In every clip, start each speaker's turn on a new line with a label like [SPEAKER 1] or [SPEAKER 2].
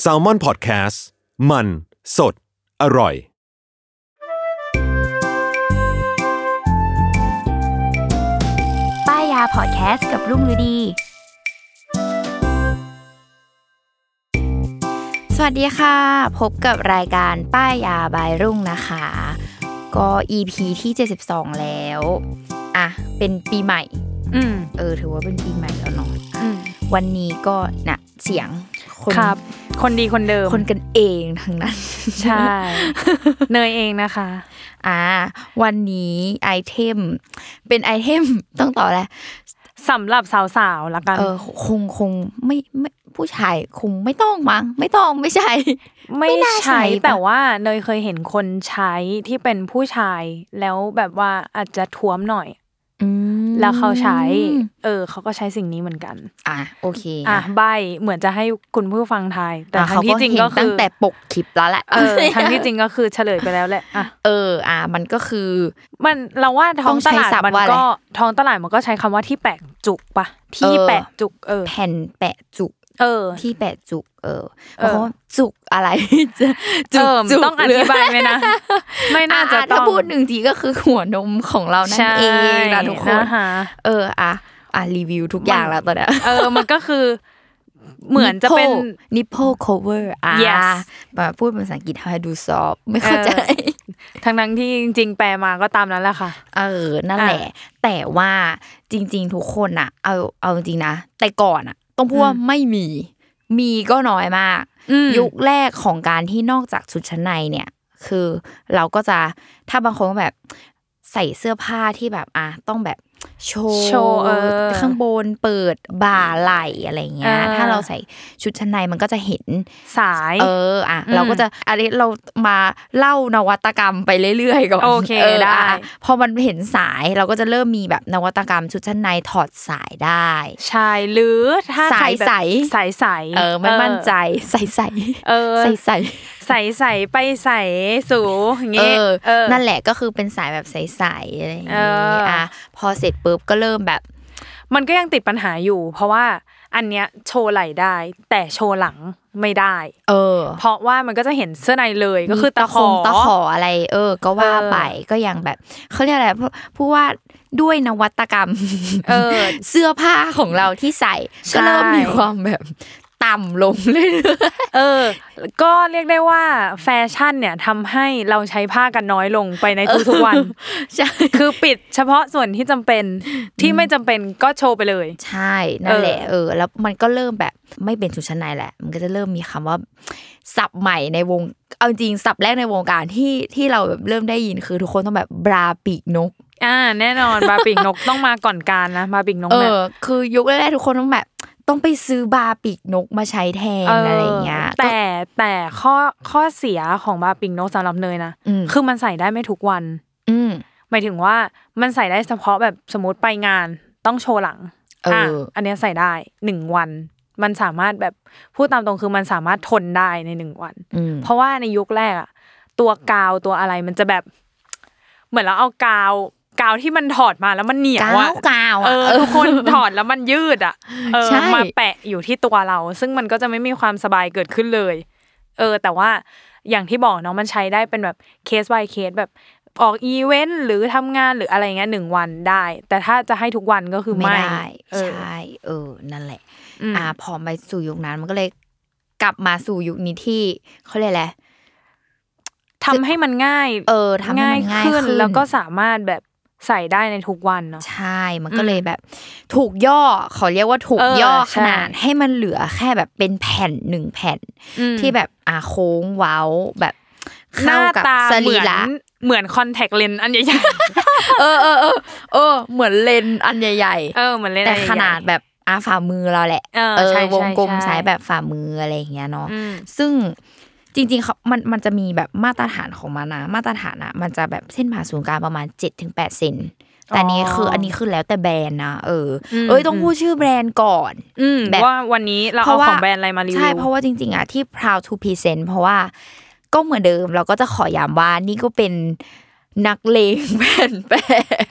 [SPEAKER 1] แซลมอนพอดแคสต์มันสดอร่อย
[SPEAKER 2] ป้ายยาพอดแคสต์กับรุ่งฤดี สวัสดีค่ะ พบกับรายการป้ายยาบายรุ่งนะคะ ก็ EP ที่ 72 แล้ว อ่ะ เป็นปีใหม่
[SPEAKER 3] อืม
[SPEAKER 2] เออ ถือว่าเป็นปีใหม่แล้วเนาะ
[SPEAKER 3] อืม
[SPEAKER 2] วันนี้ก็นะเสียงคน
[SPEAKER 3] ครับ คนดีคนเดิม
[SPEAKER 2] คนกันเองทั้งนั้น
[SPEAKER 3] ใช่ เนยเองนะคะ
[SPEAKER 2] อ่า วันนี้ไอเทม เป็นไอเทม ต้องต่อแล้ว
[SPEAKER 3] สำหรับสาวๆละกัน
[SPEAKER 2] เออคงคงไม่ไม่ผู้ชายคงไม่ต้องมั้งไม่ต้องไม่ใช่
[SPEAKER 3] ไม่
[SPEAKER 2] ไม่น่าใช้
[SPEAKER 3] ใช้
[SPEAKER 2] ปะ
[SPEAKER 3] แต่ว่าเนยเคยเห็นคนใช้ที่เป็นผู้ชาย แล้วแบบว่าอาจจะท้วมหน่อย แล้วเขาใช้ เออ เขาก็ใช้สิ่งนี้เหมือนกัน
[SPEAKER 2] อ่ะโอเค
[SPEAKER 3] อ่ะใบเหมือนจะให้คุณผู้ฟังทาย แต่
[SPEAKER 2] อ่ะ
[SPEAKER 3] ทั้งที่จริง
[SPEAKER 2] เห็น
[SPEAKER 3] ก็คื
[SPEAKER 2] ตั้
[SPEAKER 3] อง
[SPEAKER 2] แต่ปกคลิปแล้วแหละ
[SPEAKER 3] เออ ทั้งที่จริงก็คือเฉลยไปแล้วแหละอ่ะ
[SPEAKER 2] เออ อ่ะมันก็คือ
[SPEAKER 3] มันเราว่าท้องต
[SPEAKER 2] ต้
[SPEAKER 3] ลาด
[SPEAKER 2] องใช้ศัพท์
[SPEAKER 3] มัน
[SPEAKER 2] ว่าอะไร
[SPEAKER 3] ก็ท้องตลาดมันก็ใช้คำว่าที่แปะจุกปะที่
[SPEAKER 2] เออ
[SPEAKER 3] แปะจุกเออ
[SPEAKER 2] แผ่นแปะจุก
[SPEAKER 3] เออ
[SPEAKER 2] ที่แปะจุก เออ
[SPEAKER 3] เออ
[SPEAKER 2] เพราะว่าจุกอะไร จะจุ
[SPEAKER 3] เอก อ
[SPEAKER 2] จุก
[SPEAKER 3] ต้องอธิบายไหม นะ ไม่น่าจะ
[SPEAKER 2] อ่
[SPEAKER 3] ต้
[SPEAKER 2] ถ้า
[SPEAKER 3] อง
[SPEAKER 2] พูดหนึ่งทีก็คือหัวนมของเรานั่นเองนะทุกคน
[SPEAKER 3] ใช่ะฮะ
[SPEAKER 2] เอออ่ะอ่ะรีวิวทุกอย่างแล้วตอนเนี้ย
[SPEAKER 3] เออมันก็คือ เหมือนจะเป็น
[SPEAKER 2] นิปโพ cover อ่า
[SPEAKER 3] Yes
[SPEAKER 2] แบบพูดเป็นภาษาอังกฤษทำไมดูซอฟต์ไม่เข้าใจ
[SPEAKER 3] ทั้งนั้นที่จริง ๆ แปลมาก็ตามนั้นแหละค่ะ
[SPEAKER 2] เออ นั่นแหละ แต่ว่าจริง ๆ ทุกคนอะเอาเอาจริงๆนะ แต่ก่อนอะต้องพูดว่าไม่มี มีก็น้อยมาก
[SPEAKER 3] อืม
[SPEAKER 2] ยุคแรกของการที่นอกจากชุดชั้นในเนี่ย คือเราก็จะถ้าบางคนก็แบบใส่เสื้อผ้าที่แบบอ่ะต้องแบบโชว์
[SPEAKER 3] โชว์เออ
[SPEAKER 2] ข้างบนเปิดบ่าไหลอะไรเงี้ย
[SPEAKER 3] อ่า
[SPEAKER 2] ถ้าเราใส่ชุดชั้นในมันก็จะเห็น
[SPEAKER 3] สาย
[SPEAKER 2] เอออ่ะ
[SPEAKER 3] อืม
[SPEAKER 2] เราก็จะอันนี้เรามาเล่านวัตกรรมไปเรื่อยๆก่อน
[SPEAKER 3] โอเคได้
[SPEAKER 2] ะะพอมันเห็นสายเราก็จะเริ่มมีแบบนวัตกรรมชุดชั้นในถอดสายได้
[SPEAKER 3] ชายหรือถ้าใครแบบ
[SPEAKER 2] สายใส
[SPEAKER 3] สายใส
[SPEAKER 2] เออไม่มั่นใจใส่ใส่
[SPEAKER 3] เออ
[SPEAKER 2] ใส่ใส่
[SPEAKER 3] ใสใสไปใสสูอย่าง
[SPEAKER 2] เอ
[SPEAKER 3] เงี้ย
[SPEAKER 2] อ
[SPEAKER 3] เออ
[SPEAKER 2] นั่นแหละก็คือเป็นสายแบบใสๆอะไรอย่าง
[SPEAKER 3] เอ
[SPEAKER 2] เงี้
[SPEAKER 3] ออ่
[SPEAKER 2] อ่ะพอเสร็จปุ๊บก็เริ่มแบบ
[SPEAKER 3] มันก็ยังติดปัญหาอยู่ เพราะว่าอันเนี้ยโชว์ไหลได้ แต่โชว์หลังไม่ได้
[SPEAKER 2] เออ
[SPEAKER 3] เพราะว่ามันก็จะเห็นเสื้อในเลยก็คือตะข
[SPEAKER 2] มี
[SPEAKER 3] อ
[SPEAKER 2] งตะขออะไร เออ ก็ว่าไปก็ยังแบบเขาเรียกอะไรผู้ว่าด้วยนวัตกรรม
[SPEAKER 3] เออ
[SPEAKER 2] เสื้อผ้าของเราที่ใส่
[SPEAKER 3] ใช่
[SPEAKER 2] ก็เริ่มมีความแบบต่ำลงเรื่อย
[SPEAKER 3] เออ ก็เรียกได้ว่าแฟชั่นเนี่ยทำให้เราใช้ผ้ากันน้อยลงไปในทุก ๆวัน
[SPEAKER 2] ๆใช่
[SPEAKER 3] คือปิดเฉพาะส่วนที่จำเป็นที่ไม่จำเป็นก็โชว์ไปเลย
[SPEAKER 2] ใช่นั่นแหละเออ แล้วมันก็เริ่มแบบไม่เป็นชุดชั้นในแหละ มันก็จะเริ่มมีคำว่าศัพท์ใหม่ในวงเอาจริงศัพท์แรกในวงการที่ที่เราแบบเริ่มได้ยินคือทุกคนต้องแบบบราปีกนก
[SPEAKER 3] อ่า แน่นอนบาปิกนก ต้องมาก่อนการนะบาปิกนก
[SPEAKER 2] เอ
[SPEAKER 3] เนี่ย
[SPEAKER 2] อ คือยุคแรกๆทุกคนต้องแบบต้องไปซื้อบราปีกนกมาใช้แทนอะไรอย่างเงี้ยก็
[SPEAKER 3] แต่แต่ข้อข้อเสียของบาปิกนกสำหรับเนยนะ
[SPEAKER 2] อืม
[SPEAKER 3] คือมันใส่ได้ไม่ทุกวัน
[SPEAKER 2] อืม
[SPEAKER 3] หมายถึงว่ามันใส่ได้เฉพาะแบบสมมติไปงานต้องโชว์หลัง
[SPEAKER 2] เอออ่
[SPEAKER 3] อันเนี้ยใส่ได้หนึ่งวัน มันสามารถแบบพูดตามตรงคือมันสามารถทนได้ในหนึ่งวัน
[SPEAKER 2] อืม
[SPEAKER 3] เพราะว่าในยุคแรกอะตัวกาวตัวอะไรมันจะแบบ เหมือนเราเอากาว กาวที่มันถอดมาแล้วมันเหนียวอะ
[SPEAKER 2] กาวกาวอะ
[SPEAKER 3] เออ
[SPEAKER 2] เออ
[SPEAKER 3] ทุกคน ถอดแล้วมันยืดอะเออ
[SPEAKER 2] ใช่
[SPEAKER 3] มาแปะอยู่ที่ตัวเรา ซึ่งมันก็จะไม่มีความสบายเกิดขึ้นเลย เออ แต่ว่าอย่างที่บอกเนาะมันใช้ได้เป็นแบบเคส by เคสแบบออกอีเวนต์หรือทำงานหรืออะไรเงี้ยหนึ่งวันได้ แต่ถ้าจะให้ทุกวันก็คือ
[SPEAKER 2] ไม่
[SPEAKER 3] ไม่
[SPEAKER 2] ได้
[SPEAKER 3] เออ
[SPEAKER 2] ใช่เออนั่นแหละ
[SPEAKER 3] อืม
[SPEAKER 2] อ่าพอไปสู่ยุคนั้น มันก็เลยกลับมาสู่ยุคนี้ที่เขาเรียกอะไร
[SPEAKER 3] ทำให้มันง่าย
[SPEAKER 2] เออทำให้มันง่ายขึ้น
[SPEAKER 3] แล้วก็สามารถแบบใส่ได้ในทุกวันเนาะ
[SPEAKER 2] ใช่มันก็เลยแบบ ถูกย่อขอเรียกว่าถูก
[SPEAKER 3] เออย่
[SPEAKER 2] อ
[SPEAKER 3] ใช่
[SPEAKER 2] ขนาดให้มันเหลือแค่แบบเป็นแผ่นหนึ่งแผ่น
[SPEAKER 3] อืม
[SPEAKER 2] ที่แบบอ่าโค้งเว้าแบบ
[SPEAKER 3] ห
[SPEAKER 2] เข้า
[SPEAKER 3] น้า
[SPEAKER 2] กับ
[SPEAKER 3] ตา
[SPEAKER 2] ส
[SPEAKER 3] เห
[SPEAKER 2] รี
[SPEAKER 3] มือน
[SPEAKER 2] ระ
[SPEAKER 3] เหมือนคอนแทคเลนส์อันใหญ่
[SPEAKER 2] เออเออเออเออ เหมือนเลนส์อันใหญ่
[SPEAKER 3] ๆ เออเหมือนเล
[SPEAKER 2] ๆ
[SPEAKER 3] นส์
[SPEAKER 2] แต่
[SPEAKER 3] อันใหญ่ๆ
[SPEAKER 2] ขนาดแบบอาฝ่ามือเราแหละ
[SPEAKER 3] เออใช่ใช่
[SPEAKER 2] วงกลม
[SPEAKER 3] ใช่
[SPEAKER 2] ใช้แบบฝ่ามืออะไรอย่างเงี้ยเนาะ
[SPEAKER 3] อืม
[SPEAKER 2] ซึ่งจริงๆเขามันมันจะมีแบบมาตรฐานของมันนะมาตรฐานอะมันจะแบบเส้นผ่าศูนย์กลางประมาณ7จถึงแเซนแต่นี้คืออันนี้คือแล้วแต่แบรนด์นะเอออ
[SPEAKER 3] ม
[SPEAKER 2] เอ้ยต้องพูดชื่อแบรนด์ก่อน
[SPEAKER 3] อืม
[SPEAKER 2] แบบ
[SPEAKER 3] ว่าวันนี้เราเอาของแบรนด์อะไรมารีวิว
[SPEAKER 2] ใช่เพราะว่าจริงๆอ่ะที่ proud to present เพราะว่าก็เหมือนเดิมเราก็จะขอย้ำว่านี่ก็เป็นนักเลงแผ่นแปะ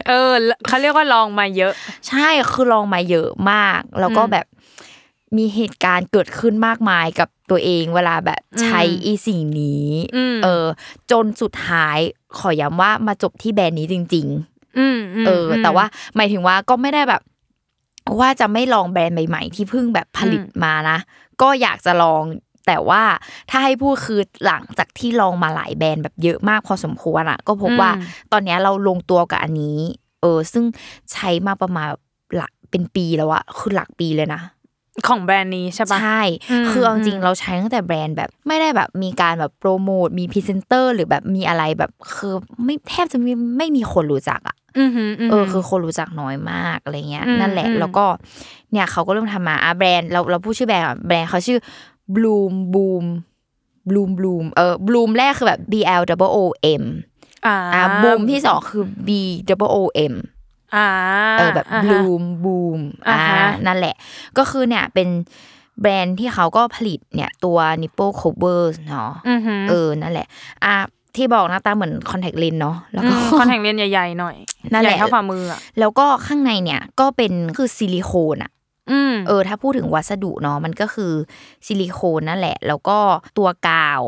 [SPEAKER 3] เออเขาเรียกว่าลองมาเยอะ
[SPEAKER 2] ใช่คือลองมาเยอะมาก แล้วก็
[SPEAKER 3] อืม
[SPEAKER 2] แบบมีเหตุการณ์เกิดขึ้นมากมายกับตัวเองเวลาแบบใช้
[SPEAKER 3] อืม
[SPEAKER 2] อีสิ่งนี้
[SPEAKER 3] อืม
[SPEAKER 2] เออ จนสุดท้ายขอย้ำว่ามาจบที่แบรนด์นี้จริง ๆ
[SPEAKER 3] อืมม
[SPEAKER 2] เอออ
[SPEAKER 3] ม
[SPEAKER 2] แต่ว่าหมายถึงว่าก็ไม่ได้แบบ ว่าจะไม่ลองแบรนด์ใหม่ ๆ ที่เพิ่งแบบผลิต
[SPEAKER 3] อืม
[SPEAKER 2] มานะ ก็อยากจะลอง แต่ว่าถ้าให้พูดคือหลังจากที่ลองมาหลายแบรนด์แบบเยอะมากพอสมควรอะก็พบว่าตอนเนี้ยเราลงตัวกับอันนี้ เออ ซึ่งใช้มาประมาณหลักเป็นปีแล้วอะคือหลักปีเลยนะ
[SPEAKER 3] ของแบรนด์นี้ใช่ปะ
[SPEAKER 2] ใช่
[SPEAKER 3] อืม
[SPEAKER 2] คือเอาจริง
[SPEAKER 3] อืม
[SPEAKER 2] ๆเราใช้ตั้งแต่แบรนด์แบบไม่ได้แบบมีการแบบโปรโมทมีพรีเซนเตอร์ หรือแบบมีอะไรแบบคือไม่แทบจะไม่ไม่มีคนรู้จักอะ
[SPEAKER 3] อือหือหื
[SPEAKER 2] เออคือคนรู้จักน้อยมากอะไรเงี้ย
[SPEAKER 3] อืม
[SPEAKER 2] นั่นแหละ
[SPEAKER 3] อืม
[SPEAKER 2] แล้วก็เนี่ยเขาก็เริ่มทำมาอ่ะแบรนด์เราเราพูดชื่อแบรนด์อ่ะแบรนด์เขาชื่อ Bloom Boom Bloom Bloom เออ Bloom แรกคือแบบ B L O O M
[SPEAKER 3] อ่า
[SPEAKER 2] อ่ะ Boom ที่สองคือ B O O M
[SPEAKER 3] อ่า
[SPEAKER 2] เออแบบ
[SPEAKER 3] าฮะ
[SPEAKER 2] Bloom Boom อ่า
[SPEAKER 3] อ่าฮะ
[SPEAKER 2] นั่นแหละ ก็คือเนี่ยเป็นแบรนด์ที่เขาก็ผลิตเนี่ยตัว Nipple Cover เนาะ
[SPEAKER 3] อือหือ
[SPEAKER 2] เออนั่นแหละอ่ะที่บอกหน้าตาเหมือน Contact Lens เนาะแล้วก็
[SPEAKER 3] คอนแทคเลนส์ใหญ่ๆหน่อย
[SPEAKER 2] นั่นแหละ
[SPEAKER 3] ใญ่เท่าฝ่ามืออ่ะ
[SPEAKER 2] แล้วก็ข้างในเนี่ยก็เป็นคือซิลิโคนอะ
[SPEAKER 3] อืม
[SPEAKER 2] เออถ้าพูดถึงวัสดุเนาะมันก็คือซิลิโคนนั่นแหละ แล้วก็ตัวกาว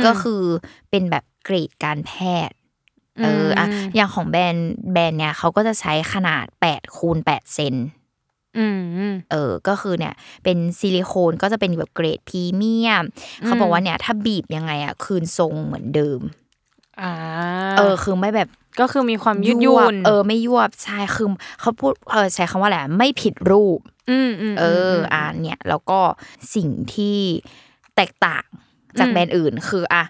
[SPEAKER 3] ม
[SPEAKER 2] ก็คือเป็นแบบเกรดการแพทย์เอออะ
[SPEAKER 3] อืม
[SPEAKER 2] อย่างของแบรนด์แบรนด์เนี่ยเขาก็จะใช้ขนาด8คูณ8เซน
[SPEAKER 3] มอืม
[SPEAKER 2] เออก็คือเนี่ยเป็นซิลิโคนก็จะเป็นแบบเกรดพรีเมียมเขาบอกว่าเนี่ยถ้าบีบยังไงอะคืนทรงเหมือนเดิม
[SPEAKER 3] อ่า
[SPEAKER 2] เออคือไม่แบบ
[SPEAKER 3] ก็คือมีความยืดหยุ่น
[SPEAKER 2] บเออไม่ยวบใช่คือเขาพูดเออใช้คำว่าอะไรอะไม่ผิดรูป
[SPEAKER 3] มอืม
[SPEAKER 2] เออ
[SPEAKER 3] ม
[SPEAKER 2] อ่าเนี่ยแล้วก็สิ่งที่แตกต่างจาก
[SPEAKER 3] อืม
[SPEAKER 2] แบรนด์อื่นคืออ่ะ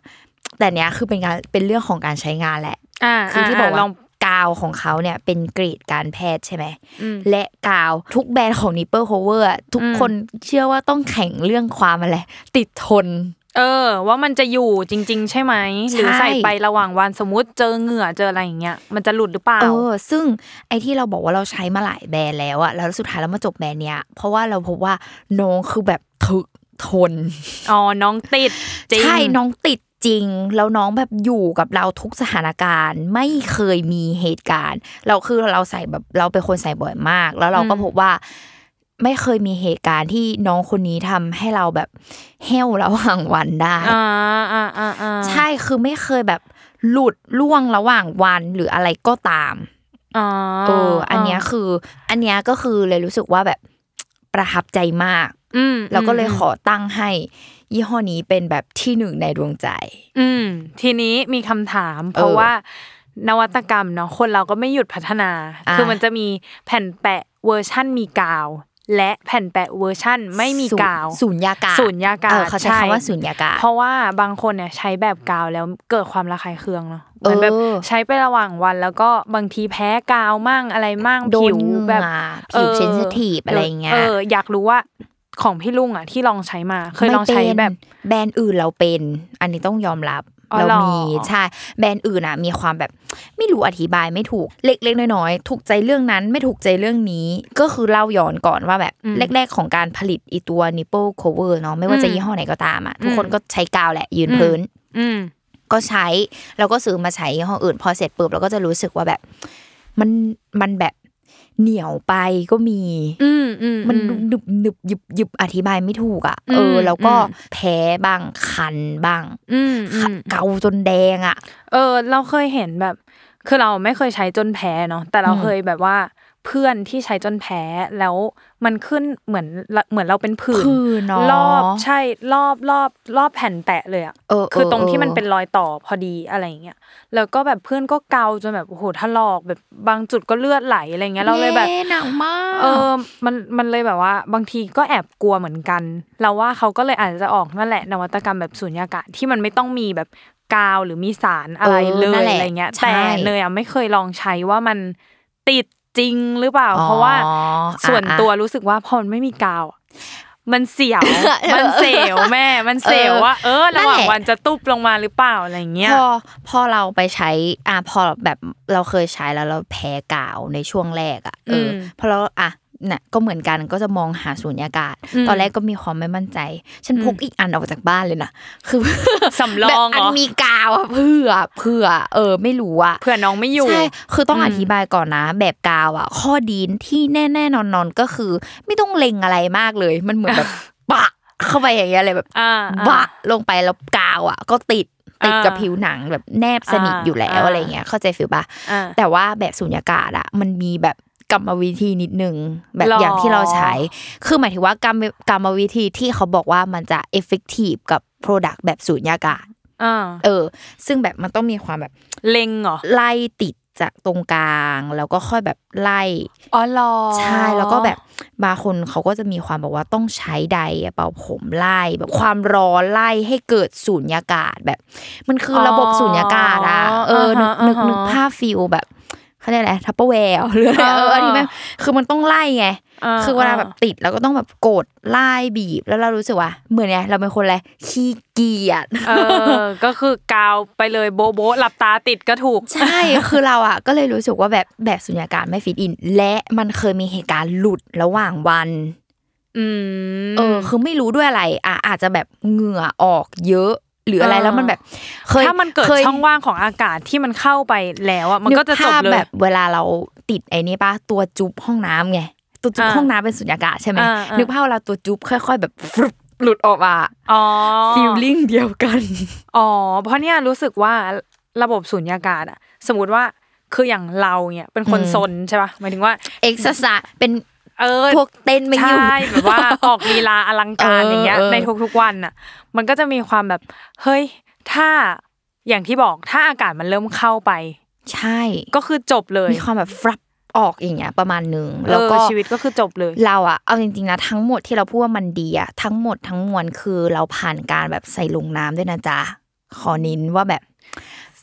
[SPEAKER 2] แต่เนี้ยคือเป็นการเป็นเรื่องของการใช้งานแหละ
[SPEAKER 3] อ่า
[SPEAKER 2] คือที่บอก
[SPEAKER 3] ล
[SPEAKER 2] ว่า
[SPEAKER 3] อง
[SPEAKER 2] กาวของเขาเนี่ยเป็นเกรดการแพทย์ใช่ไหม
[SPEAKER 3] อืม
[SPEAKER 2] และกาวทุกแบรนด์ของนิปเปิลโฮเวอร์ทุก
[SPEAKER 3] อืม
[SPEAKER 2] คนเชื่อว่าต้องแข่งเรื่องความอะไรติดทน
[SPEAKER 3] เออ ว่ามันจะอยู่จริง ๆ ใช่ไหมหรือ
[SPEAKER 2] ใช่
[SPEAKER 3] ใส่ไประหว่างวันสมมติเจอเหงื่อเจออะไรอย่างเงี้ยมันจะหลุดหรือเปล่า
[SPEAKER 2] เออ ซึ่งไอ้ที่เราบอกว่าเราใช้มาหลายแบรนด์แล้วอะแล้วสุดท้ายเรามาจบแบรนด์เนี้ย เพราะว่าเราพบว่าน้องคือแบบถึกทน
[SPEAKER 3] อ๋อ น้องติดจริง
[SPEAKER 2] ใช่ น้องติดจริง แล้วน้องแบบอยู่กับเราทุกสถานการณ์ ไม่เคยมีเหตุการณ์ เราคือเราใส่แบบเราเป็นคนใส่บ่อยมาก แล้วเราก็พบว่าไม่เคยมีเหตุการณ์ที่น้องคนนี้ทำให้เราแบบเฮลระหว่างวันได้
[SPEAKER 3] อ่าอ่าอ่าอ่า
[SPEAKER 2] ใช่ คือไม่เคยแบบหลุดล่วงระหว่างวันหรืออะไรก็ตาม
[SPEAKER 3] อ๋อ
[SPEAKER 2] เออ อันเนี้ยคือ อันเนี้ยก็คือเลยรู้สึกว่าแบบประทับใจมาก
[SPEAKER 3] อืม
[SPEAKER 2] แล้วก็เลย
[SPEAKER 3] ม
[SPEAKER 2] ขอตั้งให้ ยี่ห้อนี้เป็นแบบที่หนึ่งในดวงใจ
[SPEAKER 3] อืม ทีนี้มีคำถาม เพ
[SPEAKER 2] เอ
[SPEAKER 3] ราะ
[SPEAKER 2] อ
[SPEAKER 3] ว่านวัตกรรมเนาะคนเราก็ไม่หยุดพัฒนา
[SPEAKER 2] อ่า
[SPEAKER 3] คือมันจะมีแผ่นแปะเวอร์ชั่นมีกาว และแผ่นแปะเวอร์ชั่นไม่มีกาว
[SPEAKER 2] ศูนย์ยากาศ
[SPEAKER 3] ศูนยากาศ
[SPEAKER 2] เออเขาใช้คำว่าศูนยากาศ
[SPEAKER 3] เพราะว่าบางคนเนี่ยใช้แบบกาวแล้วเกิดความระคายเคืองเนาะเหมือนแบบ
[SPEAKER 2] เออ
[SPEAKER 3] ใช้ไประหว่างวัน แล้วก็บางทีแพ้กาวมั่งอะไรมั่ง
[SPEAKER 2] โด
[SPEAKER 3] ผิ
[SPEAKER 2] น
[SPEAKER 3] ว
[SPEAKER 2] เหงื่อ
[SPEAKER 3] แบบ
[SPEAKER 2] ผิว
[SPEAKER 3] ออ
[SPEAKER 2] เซนซิทีฟอะไรอย่างเงี้ย
[SPEAKER 3] เอออยากรู้ว่าของพี่ลุงอ่ะที่ลองใช้มา เคยลองใช้
[SPEAKER 2] ไม่ป็น
[SPEAKER 3] แบบ
[SPEAKER 2] แบรนด์อื่นเราเป็น อันนี้ต้องยอมรับ
[SPEAKER 3] อ๋อ
[SPEAKER 2] เรา
[SPEAKER 3] เหรอ
[SPEAKER 2] มีใช่แบรนด์อื่นอ่ะ มีความแบบไม่รู้อธิบายไม่ถูกเล็กๆน้อยๆถูกใจเรื่องนั้นไม่ถูกใจเรื่องนี้ ก็คือเล่าย้อนก่อนว่าแบบแรก ๆ ของการผลิตอีตัวนิปเปิลโคเวอร์เนาะไม่ว่าจะยี่ห้อไหนก็ตามอ่ะทุกคนก็ใช้กาวแหละยืนพื้น
[SPEAKER 3] อืม
[SPEAKER 2] ก็ใช้แล้วก็ซื้อมาใช้ยี่ห้ออื่น พอเสร็จปุ๊บเราก็จะรู้สึกว่าแบบ มันมันแบบเหนียวไปก็มี
[SPEAKER 3] อืมอืม
[SPEAKER 2] มันหนึบหนึบหยึบหยึบอธิบายไม่ถูกอ่ะเออ
[SPEAKER 3] ม
[SPEAKER 2] อแล้วก็แพ้บ้างคันบ้าง
[SPEAKER 3] อืมอืม
[SPEAKER 2] เกาจนแดงอ่ะ
[SPEAKER 3] เออ เราเคยเห็นแบบ คือเราไม่เคยใช้จนแพ้เนาะแต่เราเคยแบบว่า เพื่อนที่ใช้จนแพ้แล้วมันขึ้นเหมือนละเหมือนเราเป็นผื่น
[SPEAKER 2] ผื่นเนอะ
[SPEAKER 3] รอบใช่รอบรอบรอบแผ่นแตะเลยอะ
[SPEAKER 2] เออเออ
[SPEAKER 3] คือตรงที่
[SPEAKER 2] เออ
[SPEAKER 3] มันเป็นรอยต่อพอดีอะไรอย่างเงี้ยแล้วก็แบบเพื่อนก็เกาจนแบบโอ้โหถลอกแบบบางจุดก็เลือดไหลอะไรเงี้ยเราเลยแบบ
[SPEAKER 2] น่หนักมาก
[SPEAKER 3] เออ มัน มันเลยแบบว่าบางทีก็แอบกลัวเหมือนกัน เราว่าเขาก็เลยอาจจะออกนั่นแหละนวัตกรรมแบบสูญญากาศที่มันไม่ต้องมีแบบกาวหรือมีสารอะไร
[SPEAKER 2] เออ
[SPEAKER 3] เล
[SPEAKER 2] นั่
[SPEAKER 3] ย
[SPEAKER 2] นแหละ
[SPEAKER 3] อะไรเงี้ย
[SPEAKER 2] ใช่
[SPEAKER 3] แต่เนยอ่ะไม่เคยลองใช้ว่ามันติดจริงหรือเปล่า
[SPEAKER 2] อ๋อ
[SPEAKER 3] เพราะว่าส่วน
[SPEAKER 2] อ่ะ
[SPEAKER 3] ตัวรู้สึกว่าพอมันไม่มีกาวอ่ะมันเสี ยว
[SPEAKER 2] เออ
[SPEAKER 3] มันเสียวแม่ มันเสียว
[SPEAKER 2] เออ
[SPEAKER 3] ว่า เออระหว่าง
[SPEAKER 2] นั่นแหละ
[SPEAKER 3] วันจะตุบลงมาหรือเปล่าอะไรเงี้ย
[SPEAKER 2] พอพอเราไปใช้อ่ะพอแบบเราเคยใช้แล้วเราแพ้กาวในช่วงแรกอ่ะเอออ
[SPEAKER 3] ม
[SPEAKER 2] พอเราอ่ะน่ะก็เหมือนกันก็จะมองหาสูญญากาศ
[SPEAKER 3] อืม
[SPEAKER 2] ตอนแรกก็มีความไม่มั่นใจ ฉันพกอีกอันออกจากบ้านเลยนะคือ
[SPEAKER 3] สำรองเหรอ
[SPEAKER 2] แบบนมีกาวอะเพื่อเพื่อ เออ ไม่รู้อะ
[SPEAKER 3] เผื่อน้องไม่อยู่
[SPEAKER 2] ใช่ คือต้อง
[SPEAKER 3] อืม
[SPEAKER 2] อธิบายก่อนนะ แบบกาวอ่ะ ข้อดีที่แน่ๆนอนๆก็คือ ไม่ต้องเล็งอะไรมากเลย มันเหมือนแบบ ปะเข้าไปอย่างเงี้ยเลยแบบ
[SPEAKER 3] อ่า
[SPEAKER 2] บะลงไปแล้วกาวอ่ะ ก็ติดติดกับ
[SPEAKER 3] อ่า
[SPEAKER 2] ผิวหนังแบบแนบสนิท
[SPEAKER 3] อ่า
[SPEAKER 2] อยู่แล้ว
[SPEAKER 3] อ่า
[SPEAKER 2] อะไรเงี้ยเข้าใจฟิลปะ
[SPEAKER 3] อ่า
[SPEAKER 2] แต่ว่าแบบสุญญากาศอ่ะ มันมีแบบกรรมวิธีนิดนึงแบบ
[SPEAKER 3] หรอ
[SPEAKER 2] อ
[SPEAKER 3] อ
[SPEAKER 2] ย่างที่เราใช้ คือหมายถึงว่ากรรมกรรมวิธีที่เขาบอกว่ามันจะเอฟเฟกตีฟกับโปรดักต์แบบสุญญากาศ
[SPEAKER 3] อ่า
[SPEAKER 2] เออ ซึ่งแบบมันต้องมีความแบบ
[SPEAKER 3] เล็งเหรอ
[SPEAKER 2] ไล่ติดจากตรงกลาง แล้วก็ค่อยแบบไล่
[SPEAKER 3] อ๋อเหรอ
[SPEAKER 2] ใช่แล้วก็แบบบางคนเขาก็จะมีความแบบว่าต้องใช้ใดร์เป่าผมไล่แบบความร้อนไล่ให้เกิดสูญญากาศแบบ มันคืออ
[SPEAKER 3] อ
[SPEAKER 2] ระบบสูญญากาศอะเออนึกนึก
[SPEAKER 3] อ่าฮะ
[SPEAKER 2] นึกภาพฟิลแบบเขาเรียกอะไรทัพเปอร์แวร์หรืออะไร
[SPEAKER 3] อ่า
[SPEAKER 2] เอออันนี้ไม่คือมันต้องไล่ไง
[SPEAKER 3] อ่า
[SPEAKER 2] คือเวลาแบบติดแล้วก็ต้องแบบกดไล่บีบ แล้วเรารู้สึกว่าเหมือนไงเราเป็นคนอะไรขี้เกียจ
[SPEAKER 3] เออ ก็คือกาวไปเลยโบะโบะหลับตาติดก็ถูก
[SPEAKER 2] ใช่ คือเราอ่ะ ก็เลยรู้สึกว่าแบบแบบสุญญากาศไม่ฟิตอิน และมันเคยมีเหตุการณ์หลุดระหว่างวัน
[SPEAKER 3] อืม
[SPEAKER 2] เออ คือไม่รู้ด้วยอะไร อ่ะอาจจะแบบเหงื่อออกเยอะ หรืออะไร
[SPEAKER 3] อ่า
[SPEAKER 2] แล้วมันแบบเคย
[SPEAKER 3] ถ้ามันเกิด
[SPEAKER 2] คย
[SPEAKER 3] ช่องว่างของอากาศที่มันเข้าไปแล้วอ่ะมันก็จะจ
[SPEAKER 2] นึ
[SPEAKER 3] บ
[SPEAKER 2] ภาพ
[SPEAKER 3] เลย
[SPEAKER 2] แบบเวลาเราติดไอ้นี่ปะตัวจุบห้องน้ำไง ตัวจุบ
[SPEAKER 3] อ่า
[SPEAKER 2] ห้องน้ำเป็นสุญญากาศใช่ไหม
[SPEAKER 3] อ่าอ่านึ
[SPEAKER 2] นึกภาพเวลาตัวจุบค่อย ๆ แบบฟรึบหลุดออกมา
[SPEAKER 3] อ๋อ
[SPEAKER 2] ฟีลลิ่งเดียวกัน
[SPEAKER 3] อ๋อ เพราะเนี่ยรู้สึกว่าระบบสูญญากาศอะสมมติว่าคืออย่างเราเนี่ยเป็นคน
[SPEAKER 2] อืม
[SPEAKER 3] ซนใช่ป่ะหมายถึงว่า
[SPEAKER 2] เอ็กซ์ซาเป็น
[SPEAKER 3] เออ
[SPEAKER 2] พวกเต้นไม่อยู่
[SPEAKER 3] ใช่แบบว่า ออกลีลาอลังการ
[SPEAKER 2] เออ
[SPEAKER 3] อ
[SPEAKER 2] อย่าง
[SPEAKER 3] เงี้ย
[SPEAKER 2] เออ
[SPEAKER 3] ในทุกๆวันน่ะ มันก็จะมีความแบบเฮ้ยถ้าอย่างที่บอกถ้าอากาศมันเริ่มเข้าไป
[SPEAKER 2] ใช่
[SPEAKER 3] ก็คือจบเลย
[SPEAKER 2] มีความแบบฟรับออกอย่างเงี้ยประมาณหนึ่งแล้วก็
[SPEAKER 3] เออชีวิตก็คือจบเลย
[SPEAKER 2] เราอะเอาจริงๆนะทั้งหมดที่เราพูดว่ามันดีอะทั้งหมดทั้งมวลคือเราผ่านการแบบใส่ลงน้ำด้วยนะจ๊ะขอเนิ้นว่าแบบ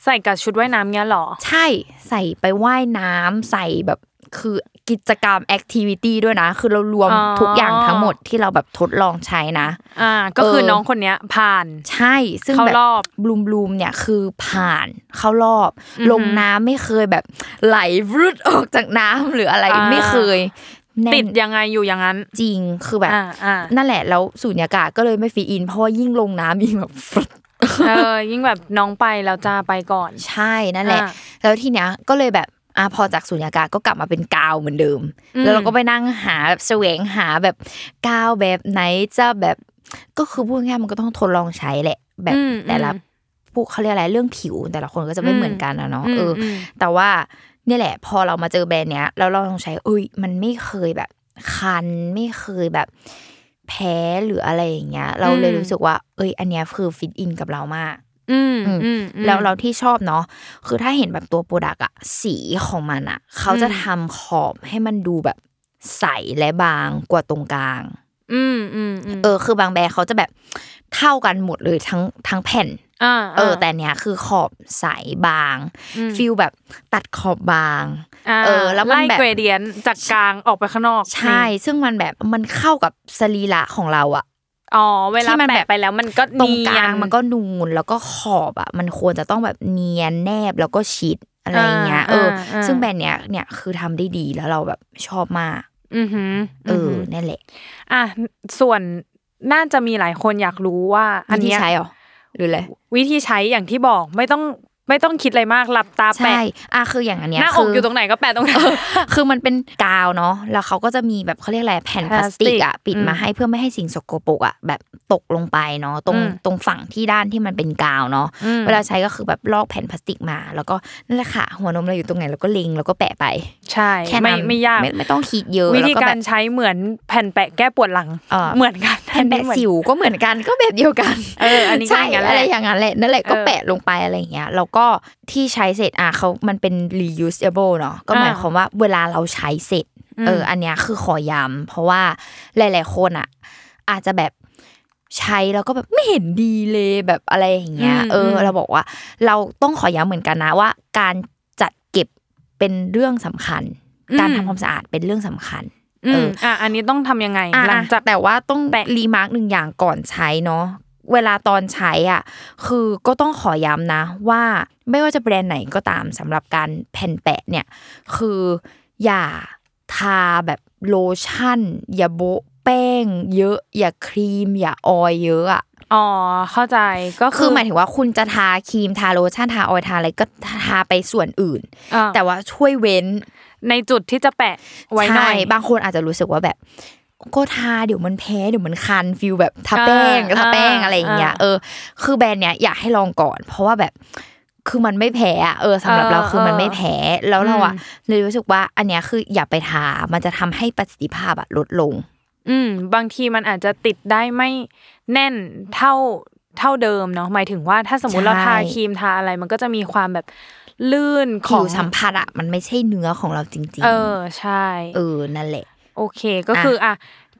[SPEAKER 3] ใส่กับชุดว่ายน้ำเงี้ยเหรอ
[SPEAKER 2] ใช่ใส่ไปว่ายน้ำใส่แบบคือกิจกรรมแอคทิวิตี้ด้วยนะ คือเรารวม
[SPEAKER 3] อ๋อ
[SPEAKER 2] ทุกอย่างทั้งหมดที่เราแบบทดลองใช้นะ
[SPEAKER 3] อ่า ก็คือ
[SPEAKER 2] เออ
[SPEAKER 3] น้องคนเนี้ยผ่าน
[SPEAKER 2] ใช่ซึ่ง
[SPEAKER 3] เข้า
[SPEAKER 2] แบบ
[SPEAKER 3] รอบ
[SPEAKER 2] ลูมลูมเนี่ยคือผ่านเข้ารอบ ลงน้ำไม่เคยแบบไหลวรุดออกจากน้ำหรืออะไร
[SPEAKER 3] อ่า
[SPEAKER 2] ไม่เคยแน่น
[SPEAKER 3] ติดยังไงอยู่อย่างนั้น
[SPEAKER 2] จริงคือแบบ
[SPEAKER 3] อ่าอ่า
[SPEAKER 2] นั่นแหละแล้วสูญญากาศก็เลยไม่ฟีอินเพราะว่ายิ่งลงน้ำยิ่ง แบบ
[SPEAKER 3] เออ ยิ่งแบบน้องไปแล้วจ้าไปก่อน
[SPEAKER 2] ใช่นั่นแหละ
[SPEAKER 3] อ่า
[SPEAKER 2] แล้วทีเนี้ยก็เลยแบบอ่ะพอจากสูญญากาศก็กลับมาเป็นกาวเหมือนเดิม
[SPEAKER 3] อืม
[SPEAKER 2] แล้วเราก็ไปนั่งหาแบบแสวงหาแบบกาวแบบไหนจะแบบก็คือพูดง่ายๆมันก็ต้องทดลองใช้แหละ แบบ
[SPEAKER 3] อืม
[SPEAKER 2] แต่ละ
[SPEAKER 3] อืม
[SPEAKER 2] ผู้เขาเรียกอะไรเรื่องผิว แต่ละคนก็จะไม่
[SPEAKER 3] อืม
[SPEAKER 2] เหมือนกันนะเนาะ
[SPEAKER 3] อืม
[SPEAKER 2] เอออ
[SPEAKER 3] ม
[SPEAKER 2] แต่ว่าเนี่ยแหละ พอเรามาเจอแบรนด์เนี้ยแล้วเราลองใช้เอ้ยมันไม่เคยแบบ คันไม่เคยแบบแพ้หรืออะไรอย่างเงี้ย เราเลยรู้สึกว่า เอ้ย อันเนี้ยคือฟิตอินกับเรามาก
[SPEAKER 3] อืมอืมอืม
[SPEAKER 2] แล้วเราที่ชอบเนาะคือถ้าเห็นแบบตัวโปรดักอะสีของมันอะเขาจะ
[SPEAKER 3] อืม
[SPEAKER 2] ทำขอบให้มันดูแบบใสและบางกว่าตรงกลาง
[SPEAKER 3] อืมอืมอืม
[SPEAKER 2] เออ คือบางแบรนด์เขาจะแบบเท่ากันหมดเลยทั้งทั้งแผ่น
[SPEAKER 3] อ่า
[SPEAKER 2] เออ แต่เนี้ยคือขอบใสบางฟิลแบบตัดขอบบาง
[SPEAKER 3] า
[SPEAKER 2] เออแล้วมัน
[SPEAKER 3] ไล่
[SPEAKER 2] แบบ
[SPEAKER 3] เกรเดียนจากกลางออกไปข้างนอก
[SPEAKER 2] ใช่ ซึ่งมันแบบมันเข้ากับสรีระของเราอะ
[SPEAKER 3] อ๋อเวลา
[SPEAKER 2] ที่มันแบบ
[SPEAKER 3] แปะไปแล้วมันก็
[SPEAKER 2] ตรงกลาง
[SPEAKER 3] เย
[SPEAKER 2] มันก็นูนแล้วก็ขอบอ่ะ มันควรจะต้องแบบเนียนแนบแล้วก็ชิดอะไรอย่างเงี้ย
[SPEAKER 3] อ่า
[SPEAKER 2] เออ
[SPEAKER 3] อ่าอ่า
[SPEAKER 2] ซึ่งแบรนด์เนี้ยเนี่ยคือทำได้ดีแล้วเราแบบชอบมาก
[SPEAKER 3] อือหือ
[SPEAKER 2] เออ
[SPEAKER 3] หื
[SPEAKER 2] อนั่นแหละ
[SPEAKER 3] อ่ะส่วนน่าจะมีหลายคนอยากรู้ว่า อัน
[SPEAKER 2] วิธี
[SPEAKER 3] เนี้ย
[SPEAKER 2] ใช้เหรอหรืออะไร
[SPEAKER 3] วิธีใช้อย่างที่บอกไม่ต้อง ไม่ต้องคิดอะไรมากหลับตา
[SPEAKER 2] ใช่
[SPEAKER 3] แปะ
[SPEAKER 2] อ่ะคืออย่างอันเนี้ย
[SPEAKER 3] หน้าอก
[SPEAKER 2] คื
[SPEAKER 3] อยู่ ตรงไหนก็แปะตรงนั้น
[SPEAKER 2] คือมันเป็นกาวเนาะ แล้วเขาก็จะมีแบบเขาเรียกอะไรแผ่นพลาสติกอะ
[SPEAKER 3] พลาสติก
[SPEAKER 2] ปิดมา
[SPEAKER 3] อืม
[SPEAKER 2] ให้เพื่อไม่ให้สิ่งสกปรกอะแบบตกลงไปเนาะตรง
[SPEAKER 3] อืม
[SPEAKER 2] ตรงฝั่งที่ด้านที่มันเป็นกาวเนาะ
[SPEAKER 3] อืม
[SPEAKER 2] เวลาใช้ก็คือแบบลอกแผ่นพลาสติกมา แล้วก็นั่นแหละค่ะ หัวนมเราอยู่ตรงไหนเราก็เล็งแล้วก็แปะไป
[SPEAKER 3] ใช่
[SPEAKER 2] แค่
[SPEAKER 3] ไม่
[SPEAKER 2] นั้น
[SPEAKER 3] ไม่ยาก
[SPEAKER 2] ไม่ต้องคิดเยอะ
[SPEAKER 3] วิ
[SPEAKER 2] แล้ว
[SPEAKER 3] ธี
[SPEAKER 2] ก็
[SPEAKER 3] กา
[SPEAKER 2] แบ
[SPEAKER 3] ร
[SPEAKER 2] บ
[SPEAKER 3] ใช้เหมือนแผ่นแปะแก้ปวดหลัง
[SPEAKER 2] เอ่อ
[SPEAKER 3] เหมือนกัน
[SPEAKER 2] แผ่นแปะ
[SPEAKER 3] อัเหมือ
[SPEAKER 2] สิวก็เหมือนกัน ก็แบบเดียวกัน
[SPEAKER 3] เอออันนี้ก็
[SPEAKER 2] ใช่
[SPEAKER 3] อย่างนั้น
[SPEAKER 2] อะ
[SPEAKER 3] แหละ
[SPEAKER 2] ไรอย่างนั้นแหละนั่นแหละก็
[SPEAKER 3] เออ
[SPEAKER 2] แปะลงไปอะไรอย่างเงี้ยแล้วก็ที่ใช้เสร็จอ่ะเขามันเป็น reusable เนาะก็หมาย
[SPEAKER 3] อ่า
[SPEAKER 2] ความว่าเวลาเราใช้เสร็จ
[SPEAKER 3] อืม
[SPEAKER 2] เอออันเนี้ยคือขอย้ำเพราะว่าหลาย ๆ คนอ่ะ อาจจะแบบใช้แล้วก็แบบไม่เห็นดีเลยแบบอะไรอย่างเงี้ย
[SPEAKER 3] อืม
[SPEAKER 2] เอออ
[SPEAKER 3] ม
[SPEAKER 2] เราบอกว่า เราต้องขอย้ำเหมือนกันนะว่า การจัดเก็บเป็นเรื่องสำคัญ การทำความสะอาดเป็นเรื่องสำคัญ
[SPEAKER 3] อื
[SPEAKER 2] เอ
[SPEAKER 3] ม
[SPEAKER 2] อ
[SPEAKER 3] อ่ะอันนี้ต้องทำยังไง
[SPEAKER 2] อ่ะ
[SPEAKER 3] หลังจาก
[SPEAKER 2] แต่ว่าต้อง
[SPEAKER 3] แปะ
[SPEAKER 2] รีมาร์กหนึ่งอย่างก่อนใช้เนาะเวลาตอนใช้อ่ะคือก็ต้องขอย้ำนะว่าไม่ว่าจะแบรนด์ไหนก็ตามสำหรับการแผ่นแปะเนี่ย คืออย่าทาแบบโลชั่น อย่าโบะแป้ง เยอะ อย่าครีม อย่าออยเยอะอ่ะ
[SPEAKER 3] อ๋อเข้าใจก็
[SPEAKER 2] คือหมายถึงว่าคุณจะทาครีมทาโลชั่นทาออยทาอะไรก็ทาไปส่วนอื่น
[SPEAKER 3] อ่ะ
[SPEAKER 2] แต่ว่าช่วยเว้น
[SPEAKER 3] ในจุดที่จะแปะไว้หน่อย
[SPEAKER 2] ใช่บางคนอาจจะรู้สึกว่าแบบ ก็ทาเดี๋ยวมันแพ้เดี๋ยวมันคันฟิลแบบทาแป้ง
[SPEAKER 3] อ่า
[SPEAKER 2] ทาแป้ง
[SPEAKER 3] อ่า
[SPEAKER 2] อะไรอย่างเงี้ย
[SPEAKER 3] อ่า
[SPEAKER 2] เออ คือแบรนด์เนี้ยอยากให้ลองก่อน เพราะว่าแบบคือมันไม่แพ้อะเออสำหรับ
[SPEAKER 3] เออ
[SPEAKER 2] เราคือมัน
[SPEAKER 3] เออ
[SPEAKER 2] ไม่แพ้แล้วเราอะ
[SPEAKER 3] อืม
[SPEAKER 2] เลยรู้สึกว่าอันเนี้ยคืออย่าไปทามันจะทำให้ประสิทธิภาพอะลดลง
[SPEAKER 3] อืมบางทีมันอาจจะติดได้ไม่แน่นเท่าเท่าเดิมเนาะหมายถึงว่าถ้าสมมติ
[SPEAKER 2] ใช่
[SPEAKER 3] เราทาครีมทาอะไร มันก็จะมีความแบบลื่นข
[SPEAKER 2] ผิ
[SPEAKER 3] อง
[SPEAKER 2] วสัมผัสอะมันไม่ใช่เนื้อของเราจริง ๆ
[SPEAKER 3] เออใช่
[SPEAKER 2] เออนั่นแหละ
[SPEAKER 3] โอเคก็คืออ่ะ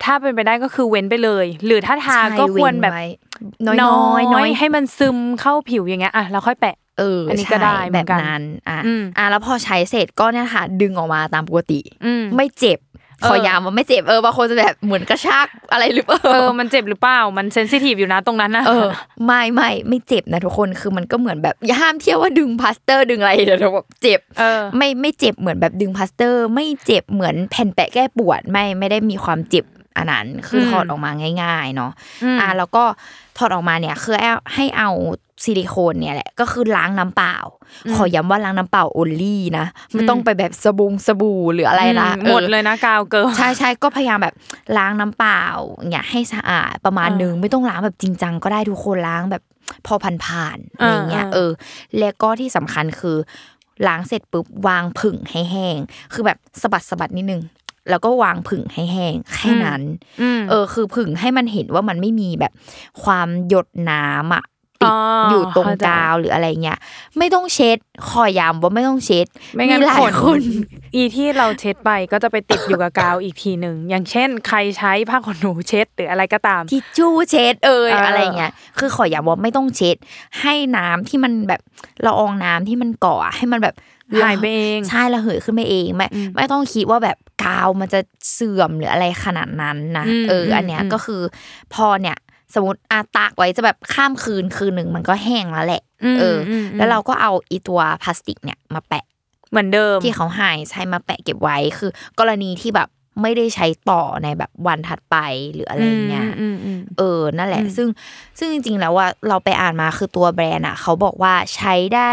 [SPEAKER 3] ถ้าเป็นไปได้ก็คือเว้นไปเลย หรือถ้าทา
[SPEAKER 2] ใช่
[SPEAKER 3] ก็ควรแบบ
[SPEAKER 2] เว้นไว้น้อยๆน้อย
[SPEAKER 3] ให้มันซึมเข้าผิวอย่างเงี้ยอ่ะแล้วค่อยแปะ
[SPEAKER 2] เออ
[SPEAKER 3] อั
[SPEAKER 2] อั
[SPEAKER 3] นนี้ก็ได้เหมื
[SPEAKER 2] แบ
[SPEAKER 3] อบ นกัน
[SPEAKER 2] นั้นอ่ะ
[SPEAKER 3] อืม
[SPEAKER 2] อ่ะแล้วพอใช้เสร็จก็เนี่ยค่ะ ดึงออกมาตามปกติ
[SPEAKER 3] อืม
[SPEAKER 2] ไม่เจ็บ
[SPEAKER 3] เอ
[SPEAKER 2] ข
[SPEAKER 3] อ
[SPEAKER 2] อย้ำว่าไม่เจ็บเออบางคนจะแบบเหมือนกระชากอะไรหรือเปล่า
[SPEAKER 3] เออ มันเจ็บหรือเปล่า มันเซนซิทีฟอยู่นะตรงนั้นนะ
[SPEAKER 2] เออ ไม่ไม่ไม่เจ็บนะทุกคนคือมันก็เหมือนแบบอย่าห้ามเที่ยวว่าดึงพลาสเตอร์ดึงอะไรเดี๋ยวเราแบบเจ็บ
[SPEAKER 3] เออ
[SPEAKER 2] ไม่ไม่เจ็บเหมือนแบบดึงพลาสเตอร์ ไม่เจ็บเหมือนแผ่นแปะแก้ปวดไม่ไม่ได้มีความเจ็บอันนั้นคืออ
[SPEAKER 3] ม
[SPEAKER 2] ถอดออกมาง่าย ๆ เนาะ
[SPEAKER 3] ม
[SPEAKER 2] อ่าแล้วก็ถอดออกมาเนี่ยคือเอาให้เอาซิลิโคนเนี่ยแหละก็คือล้างน้ำเปล่า ขอย้ำว่าล้างน้ำเปล่า only นะไม่ต้องไปแบบสบงสบู่หรืออะไรนะอ
[SPEAKER 3] อืม
[SPEAKER 2] อ
[SPEAKER 3] หมดเลยนะกาวเกิล
[SPEAKER 2] ใช่ใช่ก็พยายามแบบล้างน้ำเปล่าเนี่ยให้สะอาดประมาณ
[SPEAKER 3] อ่า
[SPEAKER 2] นึ
[SPEAKER 3] นึ
[SPEAKER 2] งไม่ต้องล้างแบบจริงจังก็ได้ทุกคนล้างแบบพอผ่านๆอะไรเงี้ย
[SPEAKER 3] อ่า
[SPEAKER 2] เออ แล้วก็ที่สำคัญคือล้างเสร็จปุ๊บวางผึ่งให้แห้ง คือแบบสะบัดสะบัดนิดนึงแล้วก็วางผึ่งให้แห้งแค่นั้น
[SPEAKER 3] ม
[SPEAKER 2] เออคือผึ่งให้มันเห็นว่ามันไม่มีแบบความหยดน้ำอะ
[SPEAKER 3] อ๋
[SPEAKER 2] ติดอ
[SPEAKER 3] อ
[SPEAKER 2] ยู่ตรง
[SPEAKER 3] เข้าใจ
[SPEAKER 2] กาวหรืออะไรเงี้ยไม่ต้องเช็ดขอย้ำว่าไม่ต้องเช็ด
[SPEAKER 3] ไม่งั้น
[SPEAKER 2] มีหลาย
[SPEAKER 3] ขน
[SPEAKER 2] คน
[SPEAKER 3] อีที่เราเช็ดไปก็จะไปติดอยู่กับกาวอีกทีหนึ่ง อย่างเช่น ใครใช้ผ้าขนหนูเช็ดหรืออะไรก็ตาม
[SPEAKER 2] ทิชชู่เช็ดเอย
[SPEAKER 3] เอออ
[SPEAKER 2] อะไรเงี้ยคือขอย้ำว่าไม่ต้องเช็ด ให้น้ำที่มันแบบละอองน้ำที่มันเกาะให้มันแบบ
[SPEAKER 3] หายไปเอง
[SPEAKER 2] ใช่ระเหยขึ้นไปเองไม่ไม่ต้องคิดว่าแบบกาวมันจะเสื่อมหรืออะไรขนาดนั้นนะ
[SPEAKER 3] อืม
[SPEAKER 2] เอออ
[SPEAKER 3] ม
[SPEAKER 2] อันเนี้ย
[SPEAKER 3] อืม
[SPEAKER 2] ก็คือพอเนี่ยสมมติอาตากไว้จะแบบข้ามคืนคืนหนึ่งมันก็แห้งแล้วแหละ
[SPEAKER 3] ม
[SPEAKER 2] เอออ
[SPEAKER 3] ม
[SPEAKER 2] แล้วเราก็เอาอีตัวพลาสติกเนี่ยมาแปะ
[SPEAKER 3] เหมือนเดิม
[SPEAKER 2] ที่เขาให้ใช้มาแปะเก็บไว้คือ กรณีที่แบบไม่ได้ใช้ต่อในแบบวันถัดไปหรืออะไรเงี้ย
[SPEAKER 3] อืมอืมอืม
[SPEAKER 2] เออนั่นแหละ
[SPEAKER 3] อืม
[SPEAKER 2] ซึ่งซึ่งจริงๆแล้วว่าเราไปอ่านมาคือตัวแบรนด์อ่ะ เขาบอกว่าใช้ได้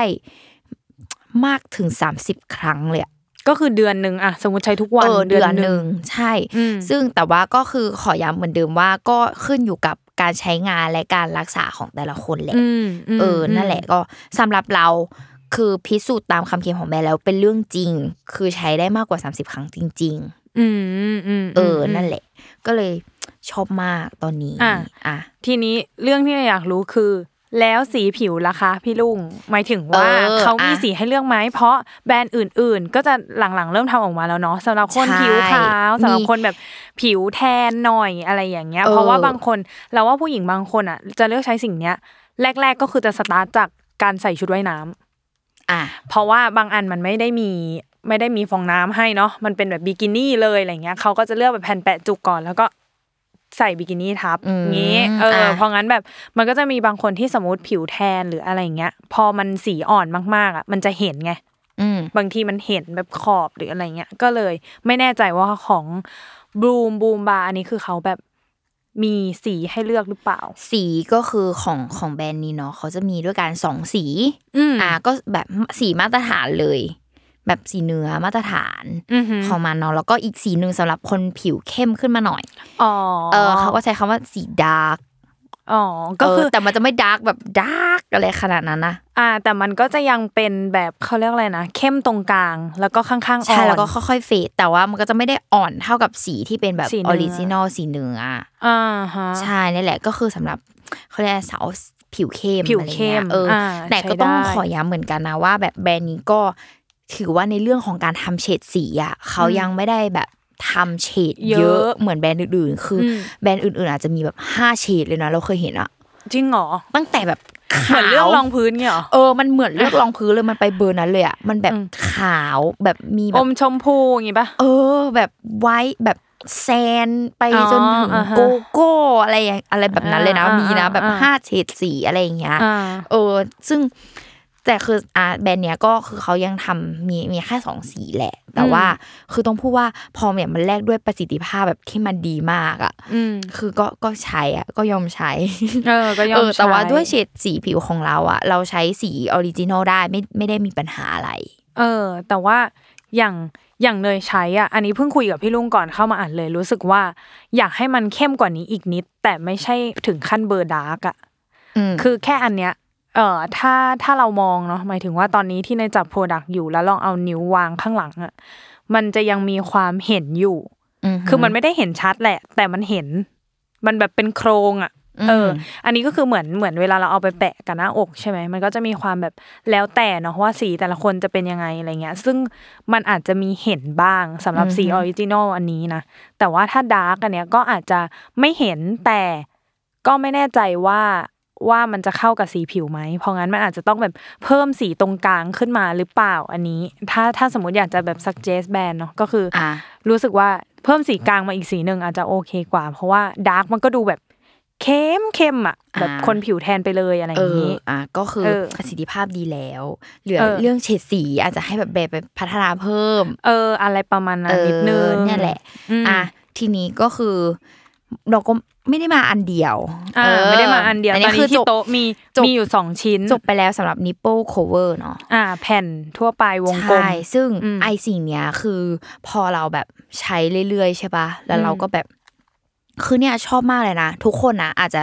[SPEAKER 2] มากถึง 30 ครั้งเลยอะ
[SPEAKER 3] ก็คือเดือนหนึ่งอะสมมติใช้ทุกวัน
[SPEAKER 2] เออเดือนหนึ่งใช่
[SPEAKER 3] อืม
[SPEAKER 2] ซึ่งแต่ว่าก็คือขอย้ำเหมือนเดิมว่าก็ขึ้นอยู่กับการใช้งานและการรักษาของแต่ละคนแหละ
[SPEAKER 3] อืมม
[SPEAKER 2] เออ นั่นแหละก็สำหรับเราคือพิสูจน์ตามคำเขียนของแม่แล้วเป็นเรื่องจริง คือใช้ได้มากกว่า 30 ครั้งจริง
[SPEAKER 3] อืมมมม
[SPEAKER 2] ๆ เออ นั่นแหละ ก็เลยชอบมากตอนนี้
[SPEAKER 3] อ่ะ
[SPEAKER 2] อ่ะ
[SPEAKER 3] ทีนี้เรื่องที่อยากรู้คือ แล้วสีผิวล่ะคะ พี่ลุงหมายถึงว่า
[SPEAKER 2] เออ
[SPEAKER 3] เขามี
[SPEAKER 2] อ่ะ
[SPEAKER 3] สีให้เลือกไหมเพราะแบรนด์อื่น ๆ ก็จะหลังๆเริ่มทำออกมาแล้วเนาะสำหรับคน
[SPEAKER 2] ใช่
[SPEAKER 3] ผิวขาว
[SPEAKER 2] มี
[SPEAKER 3] สำหรับคนแบบผิวแทนหน่อยอะไรอย่างเงี้ย
[SPEAKER 2] เออ
[SPEAKER 3] เพราะว่าบางคนเราว่าผู้หญิงบางคนอ่ะ จะเลือกใช้สิ่งเนี้ย แรก ๆก็คือจะสตาร์ทจากการใส่ชุดว่ายน้ำ
[SPEAKER 2] อ่ะ
[SPEAKER 3] เพราะว่าบางอันมันไม่ได้มีไม่ได้มีฟองน้ำให้เนาะมันเป็นแบบบิกินี่เลยอะไรเงี้ยเขาก็จะเลือกแบบแผ่นแปะจุกก่อนแล้วก็ ใส่บิกินี่ทับ
[SPEAKER 2] อืม
[SPEAKER 3] งี้เอออะ เพราะงั้นแบบมันก็จะมีบางคนที่สมมติผิวแทนหรืออะไรอย่างเงี้ย พอมันสีอ่อนมากๆอ่ะมันจะเห็นไง
[SPEAKER 2] อืม
[SPEAKER 3] บางทีมันเห็นแบบขอบหรืออะไรเงี้ย ก็เลยไม่แน่ใจว่าของบูมบูมบาอันนี้คือเขาแบบ มีสีให้เลือกหรือเปล่า
[SPEAKER 2] สีก็คือของของแบรนด์นี้เนาะเขาจะมีด้วยกันสองสี
[SPEAKER 3] อืม
[SPEAKER 2] อ่าก็แบบสีมาตรฐานเลย แบบสีเนื้อมาตรฐาน
[SPEAKER 3] อือหือ
[SPEAKER 2] ของมันเนาะแล้วก็อีกสีหนึ่งสำหรับคนผิวเข้มขึ้นมาหน่อย
[SPEAKER 3] อ๋อ
[SPEAKER 2] เออเขาก็ใช้คำว่าสีดาร์ก
[SPEAKER 3] อ๋อก็คือ
[SPEAKER 2] แต่มันจะไม่ดาร์กแบบดาร์กอะไรขนาดนั้นนะ
[SPEAKER 3] อ่า แต่มันก็จะยังเป็นแบบเขาเรียกอะไรนะ เข้มตรงกลาง แล้วก็ข้างๆอ่อน
[SPEAKER 2] ใช่แล้วก็ค่อยๆเฟดแต่ว่ามันก็จะไม่ได้อ่อนเท่ากับสีที่เป็นแบบ
[SPEAKER 3] สี
[SPEAKER 2] อ
[SPEAKER 3] เนื้อ
[SPEAKER 2] อริจินอลสีเนื้ออ่ะ
[SPEAKER 3] อ่าฮะ
[SPEAKER 2] ใช่นี่นแหละก็คือสำหรับเขาเรียกสาวผิวเข้ม
[SPEAKER 3] ผิว
[SPEAKER 2] อะไร
[SPEAKER 3] เข้
[SPEAKER 2] เงี้
[SPEAKER 3] ม
[SPEAKER 2] ยเอออา แต่ก็ต้อง
[SPEAKER 3] ใช้ได้
[SPEAKER 2] ขอย้ำเหมือนกันนะว่า แบบแบรนด์นี้ก็ถือว่าในเรื่องของการทำเฉดสีอ่ะเขายังไม่ได้แบบทำเฉดเย
[SPEAKER 3] เย
[SPEAKER 2] อะ
[SPEAKER 3] อะ
[SPEAKER 2] เหมือนแบรนด์อื่นๆ คืออ
[SPEAKER 3] ม
[SPEAKER 2] แบรนด์อื่นๆ อาจจะมีแบบห้าเฉดเลยนะเราเคยเห็นอะ
[SPEAKER 3] จริงเหรอ
[SPEAKER 2] ตั้งแต่แบบ
[SPEAKER 3] เหมื
[SPEAKER 2] ขา
[SPEAKER 3] อนเรื่อง
[SPEAKER 2] ว
[SPEAKER 3] รองพื้นเนี่ยเหรอ
[SPEAKER 2] เออมันเหมือนเลือกรองพื้นเลยมันไปเบอร์นั้นเลยอ่ะมันแบบ
[SPEAKER 3] อืม
[SPEAKER 2] ขาวแบบมีแบ
[SPEAKER 3] อบ มชมพูอย่างงี้ปะ
[SPEAKER 2] เออ แบบไว้แบบแซนไป
[SPEAKER 3] อ๋อ
[SPEAKER 2] จนถึง
[SPEAKER 3] อ่าฮะ
[SPEAKER 2] โกโก้อะไรอย่างอะไรแบบนั้นเลยนะ
[SPEAKER 3] อ่าอ่า
[SPEAKER 2] มีนะแบบ
[SPEAKER 3] อ่า
[SPEAKER 2] ห้าเฉดสีอะไรอย่างเงี้ย
[SPEAKER 3] อ่า
[SPEAKER 2] เออ ซึ่งแต่คืออ่ะแบรนด์เนี้ยก็คือเขายังทำมีมีแค่สองสีแหละ แต่
[SPEAKER 3] อืม
[SPEAKER 2] ว่าคือต้องพูดว่าพอเนี่ยมันแลกด้วยประสิทธิภาพแบบที่มันดีมากอ่ะ
[SPEAKER 3] อืม
[SPEAKER 2] คือก็ก็ใช้อ่ะก็ยอมใช้
[SPEAKER 3] เออก็ยอม
[SPEAKER 2] เออแต่ว่า
[SPEAKER 3] ใช้
[SPEAKER 2] ด้วยเฉดสีผิวของเราอะเราใช้สีออริจินอลได้ไม่ไม่ได้มีปัญหาอะไร
[SPEAKER 3] เออ แต่ว่าอย่างอย่างเนยใช้อ่ะอันนี้เพิ่งคุยกับพี่ลุงก่อนเข้ามาอ่านเลย รู้สึกว่า อยากให้มันเข้มกว่านี้อีกนิด แต่ไม่ใช่ถึงขั้นเบอร์ดาร์กอ่ะ
[SPEAKER 2] อืม
[SPEAKER 3] คือแค่อันเนี้ย เอ่อ ถ้า ถ้าเรามองเนาะ หมายถึงว่าตอนนี้ที่ในจับโปรดักต์อยู่แล้วลองเอานิ้ววางข้างหลังอะมันจะยังมีความเห็นอยู่ คือมันไม่ได้เห็นชัดแหละ แต่มันเห็น มันแบบเป็นโครงอะเออ อันนี้ก็คือเหมือน เหมือนเวลาเราเอาไปแปะกับหน้าอกใช่ไหม มันก็จะมีความแบบแล้วแต่เนาะว่าสีแต่ละคนจะเป็นยังไงอะไรเงี้ย ซึ่งมันอาจจะมีเห็นบ้างสำหรับสีออริจินอลอันนี้นะ แต่ว่าถ้าดาร์กอันเนี้ยก็อาจจะไม่เห็นแต่ก็ไม่แน่ใจว่าว่ามันจะเข้ากับสีผิวไหม เพราะงั้นมันอาจจะต้องแบบเพิ่มสีตรงกลางขึ้นมาหรือเปล่าอันนี้ ถ้าถ้าสมมติอยากจะแบบ suggest แบรนด์เนาะก็คืออ
[SPEAKER 2] อ่ะ
[SPEAKER 3] รู้สึกว่าเพิ่มสีกลางมาอีกสีหนึ่งอาจจะโอเคกว่า เพราะว่าดาร์กมันก็ดูแบบเข้มเข้มๆอะแบบคนผิวแทนไปเลยอะไรอ
[SPEAKER 2] เอย่าง อ
[SPEAKER 3] นี้
[SPEAKER 2] อ่ะก็คือ
[SPEAKER 3] เออ
[SPEAKER 2] ประสิทธิภาพดีแล้วเหลือ
[SPEAKER 3] เออ
[SPEAKER 2] เรื่องเฉดสีอาจจะให้แบบแบบไปพัฒนาเพิ่ม
[SPEAKER 3] เออ อะไรประมาณนั้น
[SPEAKER 2] เออ
[SPEAKER 3] นิดนึง
[SPEAKER 2] เนี่ยแหละ
[SPEAKER 3] อืม
[SPEAKER 2] อ่ะทีนี้ก็คือ เราก็ไม่ได้มาอันเดียว
[SPEAKER 3] อ่า
[SPEAKER 2] เออ
[SPEAKER 3] ไม่ได้มาอันเดียวตอน
[SPEAKER 2] คื
[SPEAKER 3] นี้ที่
[SPEAKER 2] จบ
[SPEAKER 3] โต๊ะมี
[SPEAKER 2] จบ
[SPEAKER 3] มีอยู่สองชิ้น
[SPEAKER 2] จบไปแล้วสำหรับ nipple cover เนาะ
[SPEAKER 3] อ่า แผ่นทั่วไปวงกลม
[SPEAKER 2] ใช่ ซึ่ง
[SPEAKER 3] อืม
[SPEAKER 2] ไอสิ่งเนี้ยคือพอเราแบบใช้เรื่อยๆใช่ปะแล้วเราก็แบบ คือเนี่ยชอบมากเลยนะ ทุกคนนะอาจจะ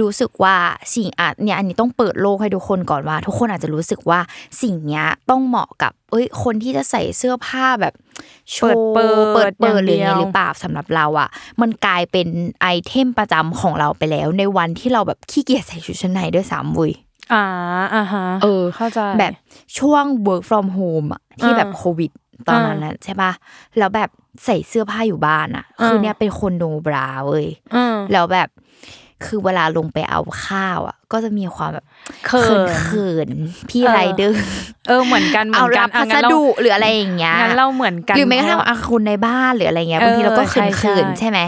[SPEAKER 2] รู้สึกว่าสิ่งอ่ะเนี่ยอันนี้ต้องเปิดโลกให้ทุกคนก่อนว่า ทุกคนอาจจะรู้สึกว่าสิ่งเนี้ยต้องเหมาะกับ เอ้ย คนที่จะใส่เสื้อผ้าแบบโชว์
[SPEAKER 3] เปิดๆ
[SPEAKER 2] เปิดเปิดหรือ
[SPEAKER 3] อ
[SPEAKER 2] ไง
[SPEAKER 3] ย่างเดียว
[SPEAKER 2] หรือเปล่าสำหรับเราอ่ะ มันกลายเป็นไอเทมประจำของเราไปแล้ว ในวันที่เราแบบขี้เกียจใส่ชุดชั้นในด้วยซ้ำเว้ย
[SPEAKER 3] อ่าอ่าฮะ
[SPEAKER 2] เออ
[SPEAKER 3] เข้าใจ
[SPEAKER 2] แบบช่วง work from home อะที่
[SPEAKER 3] อ่า
[SPEAKER 2] แบบโควิดตอนนั้นนะใช่ปะแล้วแบบใส่เสื้อผ้าอยู่บ้านอะ
[SPEAKER 3] อ่า
[SPEAKER 2] คือเนี่ยเป็นคนโนบราเว้ย
[SPEAKER 3] อืม
[SPEAKER 2] แล้วแบบคือเวลาลงไปเอาข้าวอะก็จะมีความแบบ
[SPEAKER 3] เขิน
[SPEAKER 2] เขินๆพี่
[SPEAKER 3] เออ
[SPEAKER 2] ไรเดอร์
[SPEAKER 3] เออเหมือนกันเหมื
[SPEAKER 2] เอา
[SPEAKER 3] อนกั
[SPEAKER 2] รั
[SPEAKER 3] น
[SPEAKER 2] บพัส
[SPEAKER 3] อ่ะงั้นเรา
[SPEAKER 2] ดุหรืออะไรอย่างเงี้ย
[SPEAKER 3] งั้นเราเหมือนกัน
[SPEAKER 2] หรือแม้กระทั่งอาคุณในบ้านหรืออะไรเงี้
[SPEAKER 3] เออบ
[SPEAKER 2] ยางทีเราก็
[SPEAKER 3] ใช่
[SPEAKER 2] เขินเขิ
[SPEAKER 3] ใช่
[SPEAKER 2] นๆใช่ไหม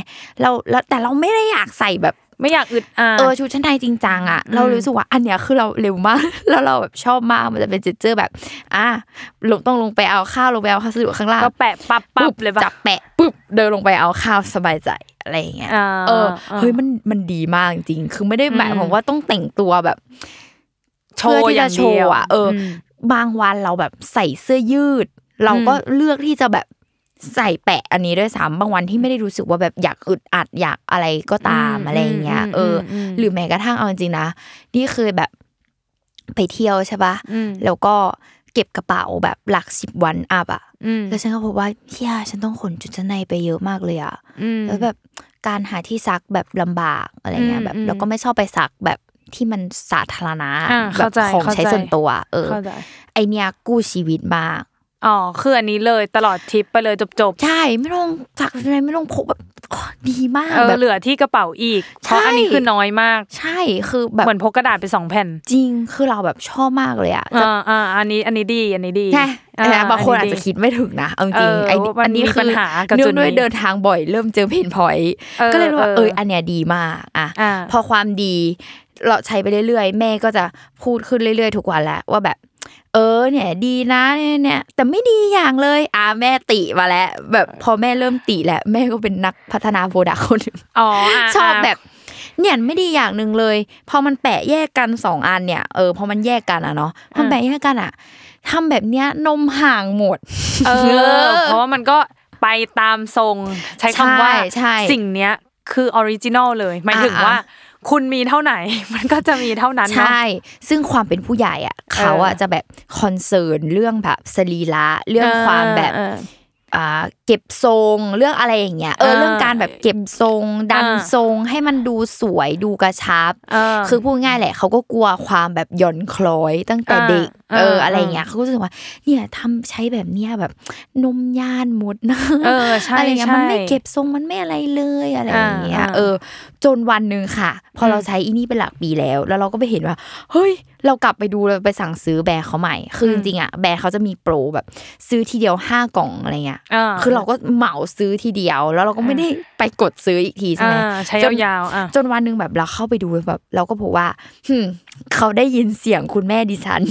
[SPEAKER 2] เราแล้วแต่เราไม่ได้อยากใส่แบบ
[SPEAKER 3] ไม่อยากอึดอ่าด
[SPEAKER 2] เออชุดชั้นในจริงจังอ่ะเรารู้สึกว่าอันเนี้ยคือเราเร็วมาก แล้วเราแบบชอบมากมันจะเป็นเจสเจอร์แบบ อ่ะลงต้องลงไปเอาข้าวลงไปเอาข้าวสะดวกข้างล่าง
[SPEAKER 3] ก็แปะปั๊บปั๊บเลยปะ
[SPEAKER 2] จับแปะปุ๊บเดินลงไปเอาข้าวสบายใจอะไรอย่างเงี้ย
[SPEAKER 3] อ่า
[SPEAKER 2] เออ
[SPEAKER 3] อ่า
[SPEAKER 2] เฮ้ยมันมันดีมากจริงๆคือไม่ได้หมายความว่าต้องแต่งตัวแบบ
[SPEAKER 3] โชว์
[SPEAKER 2] เพื่อที่จะโชว์อ่ะ
[SPEAKER 3] อย่างเดียว
[SPEAKER 2] เอออ
[SPEAKER 3] ม
[SPEAKER 2] บางวันเราแบบใส่เสื้อยืด เราก็เลือกที่จะแบบใส่แปะอันนี้ด้วยซ้ำบางวันที่ไม่ได้รู้สึกว่าแบบอยากอึดอัดอยากอะไรก็ตามอะไรอย่างเงี้ย
[SPEAKER 3] ม
[SPEAKER 2] เอออ
[SPEAKER 3] ม
[SPEAKER 2] หรือแม้กระทั่งเอาจริงๆนะ นี่เคยแบบไปเที่ยวใช่ปะ
[SPEAKER 3] ม
[SPEAKER 2] แล้วก็เก็บกระเป๋าแบบหลักสิบวันอัพอะ
[SPEAKER 3] อืม
[SPEAKER 2] แล้วฉันก็พบว่าเฮียฉันต้องขนจุดชั้นในไปเยอะมากเลยอะ
[SPEAKER 3] อืม
[SPEAKER 2] แล้วแบบการหาที่ซักแบบลำบากอะไรเงี้ย
[SPEAKER 3] อืม
[SPEAKER 2] แบบ
[SPEAKER 3] อืม
[SPEAKER 2] แล้วก็ไม่ชอบไปซักแบบที่มันสาธารณะ
[SPEAKER 3] อ่า
[SPEAKER 2] แบ
[SPEAKER 3] เข้า
[SPEAKER 2] บ
[SPEAKER 3] ใจ
[SPEAKER 2] ของใช้
[SPEAKER 3] เข้าใจ
[SPEAKER 2] ส่วนตัว เออ
[SPEAKER 3] เข้าใจ
[SPEAKER 2] ไอเนี้ยกู้ชีวิตมาก
[SPEAKER 3] อ๋อคืออันนี้เลยตลอดทริปไปเลยจบจบ
[SPEAKER 2] ใช่ไม่ต้องซักอะไรไม่ต้องพกแบบอ๋อดีมาก
[SPEAKER 3] ๆเออ
[SPEAKER 2] แบบ
[SPEAKER 3] เหลือที่กระเป๋าอีกเพ
[SPEAKER 2] ใช่
[SPEAKER 3] ราะอันนี้คือน้อยมาก
[SPEAKER 2] ใช่คือแบบ
[SPEAKER 3] เหมือนพกกระดาษไปสองแผ่น
[SPEAKER 2] จริงคือเราแบบชอบมากเลยอะจะ
[SPEAKER 3] อ่าอ่าอันนี้อันนี้ดีอันนี้ดี
[SPEAKER 2] ใช่
[SPEAKER 3] อ่
[SPEAKER 2] แต่บางคนอาจ
[SPEAKER 3] ดี
[SPEAKER 2] จะคิดไม่ถึงนะเอาจริง
[SPEAKER 3] เออ
[SPEAKER 2] ไอ้นี่
[SPEAKER 3] มัน
[SPEAKER 2] อันนี้
[SPEAKER 3] มี
[SPEAKER 2] คือ
[SPEAKER 3] ปัญหากับ
[SPEAKER 2] เนื่
[SPEAKER 3] จุ
[SPEAKER 2] อ
[SPEAKER 3] ด
[SPEAKER 2] งด้ว
[SPEAKER 3] นี้
[SPEAKER 2] ยเดินทางบ่อยเริ่มเจอเพนพอย
[SPEAKER 3] เออ
[SPEAKER 2] ก็เลยรู้ว่า
[SPEAKER 3] เออ
[SPEAKER 2] เอยอันเนี้ยดีมากอ่ะ
[SPEAKER 3] อ่า
[SPEAKER 2] พอความดีเราใช้ไปเรื่อยๆ แม่ก็จะพูดขึ้นเรื่อยๆ ทุกวันแหละว่าแบบ เออเนี่ย ดีนะเนี่ยเนี่ยแต่ไม่ดีอย่างเลยอ่าแม่ติมาแล้ว แบบพอแม่เริ่มติแล้วแม่ก็เป็นนักพัฒนาโปรดักต์คนหนึ่ง
[SPEAKER 3] อ๋ออ่ะ
[SPEAKER 2] ชอบแบบเนี่ยไม่ดีอย่างหนึ่งเลย พอมันแปะแยกกันสองอันเนี่ยเออพอมันแยกกันอะเนาะพอมันแปะแยกกันอะทำแบบเนี้ยนมห่างหมด
[SPEAKER 3] เออ เพราะว่ามันก็ไปตามทรง ใช้คำว่า
[SPEAKER 2] ใช่ใช่
[SPEAKER 3] สิ่งเนี้ยคือออริจินอลเลยหมายถึง
[SPEAKER 2] อ่ะ
[SPEAKER 3] ว่า คุณมีเท่าไหน มันก็จะมีเท่านั้นเนาะ
[SPEAKER 2] ใช่ ซึ่งความเป็นผู้ใหญ่อะเขาอะจะแบบคอนเซิร์นเรื่องแบบสรีระเรื่องความแบบ
[SPEAKER 3] เออ
[SPEAKER 2] อ่าเก็บทรงเรื่องอะไรอย่างเงี้ยเออ
[SPEAKER 3] เออ
[SPEAKER 2] เรื่องการแบบเก็บทรง ดัน
[SPEAKER 3] อ่า
[SPEAKER 2] ทรงให้มันดูสวยดูกระชับ
[SPEAKER 3] เออ
[SPEAKER 2] คือพูดง่ายแหละเขาก็กลัวความแบบหย่อนคล้อยตั้งแต่
[SPEAKER 3] อ่า
[SPEAKER 2] เด็ก
[SPEAKER 3] เออ
[SPEAKER 2] เอออะไรอย่าง
[SPEAKER 3] เออ
[SPEAKER 2] เงี้ยเขาก็รู้สึกว่าเนี่ยทำใช้แบบเนี้ยแบบนมย่านหมดนะ
[SPEAKER 3] เออใช่
[SPEAKER 2] อะไรเงี้ย
[SPEAKER 3] ใช่
[SPEAKER 2] มันไม่เก็บทรงมันไม่อะไรเลยอะไรอย่างเงี้ย
[SPEAKER 3] อ่าอ่า
[SPEAKER 2] เออ จนวันหนึ่งค่ะ พอเราใช้อีนี่เป็นหลักปีแล้ว แล้วเราก็ไปเห็นว่า เฮ้ย เรากลับไปดูเราไปสั่งซื้อแบรนด์เขาใหม่ คือจริงๆอ่ะแบรนด์เขาจะมีโปรแบบ ซื้อทีเดียวห้ากล่องอะไรเงี้ย
[SPEAKER 3] อ่า
[SPEAKER 2] คือเราก็เหมาซื้อทีเดียว แล้วเราก็ไม่ได้ไปกดซื้ออีกทีใช่ไหม
[SPEAKER 3] อ่าใช้
[SPEAKER 2] จน
[SPEAKER 3] ยาวๆอ่ะ
[SPEAKER 2] จนวันหนึ่งแบบเราเข้าไปดูแบบ เราก็พบว่าหึ่มเขาได้ยินเสียงคุณแม่ดิฉัน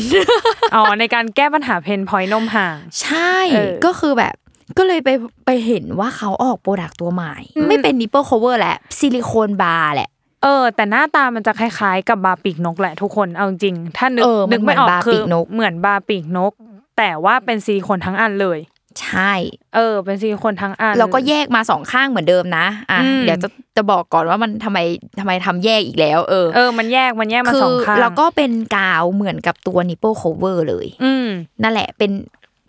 [SPEAKER 3] อ๋อในการแก้ปัญหาเพนพอยนมห่าง
[SPEAKER 2] ใช่
[SPEAKER 3] เออ
[SPEAKER 2] ก็คือแบบก็เลยไปไปเห็นว่าเขาออกโปรดักต์ตัวใหม่
[SPEAKER 3] อืม
[SPEAKER 2] ไม่เป็นนิปเปิล o v เวอร์แหละซิลิโคนบาร์แหละ
[SPEAKER 3] เออ แต่หน้าตามันจะคล้ายๆกับบาปีกนกแหละทุกคนเอาจริงๆถ้านึก
[SPEAKER 2] เออมัน
[SPEAKER 3] นึกไม่ออก
[SPEAKER 2] เหมือนบา
[SPEAKER 3] คื
[SPEAKER 2] ปี
[SPEAKER 3] อก
[SPEAKER 2] นก
[SPEAKER 3] เหมือนบาปีกนก แต่ว่าเป็นซิลิโคนทั้งอันเลย
[SPEAKER 2] ใช่
[SPEAKER 3] เออ เป็นซิลิโคนทั้งอัน
[SPEAKER 2] เราก็แยกมาสองข้างเหมือนเดิมนะอ่ะ
[SPEAKER 3] อืม
[SPEAKER 2] เดี๋ยวจะจะบอกก่อนว่ามันทำไมทำไมทำแยกอีกแล้ว เออ
[SPEAKER 3] เออมันแยกมันแยกมา
[SPEAKER 2] คื
[SPEAKER 3] สองข้าง
[SPEAKER 2] แล้วก็เป็นกาวเหมือนกับตัวนิปเปิล o v เวอร์เลย
[SPEAKER 3] อืม
[SPEAKER 2] นั่นแหละเป็น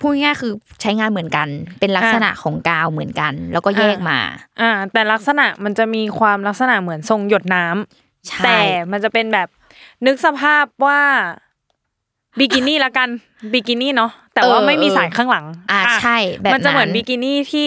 [SPEAKER 2] พูดง่ายๆคือใช้งานเหมือนกัน เป็นลักษณะของกาวเหมือนกัน แล้วก็แยกมา
[SPEAKER 3] อ่า แต่ลักษณะมันจะมีความลักษณะเหมือนทรงหยดน้ำ
[SPEAKER 2] ใช่
[SPEAKER 3] แต่มันจะเป็นแบบนึกสภาพว่าบิกินี่ละกันบิกินี่เนาะแต่ว่า
[SPEAKER 2] เออ
[SPEAKER 3] ไม่มี
[SPEAKER 2] เออ
[SPEAKER 3] สายข้างหลัง
[SPEAKER 2] อ่าใช่แบบ
[SPEAKER 3] มันจะเหมือนบิ
[SPEAKER 2] นั้น
[SPEAKER 3] กินี่ที่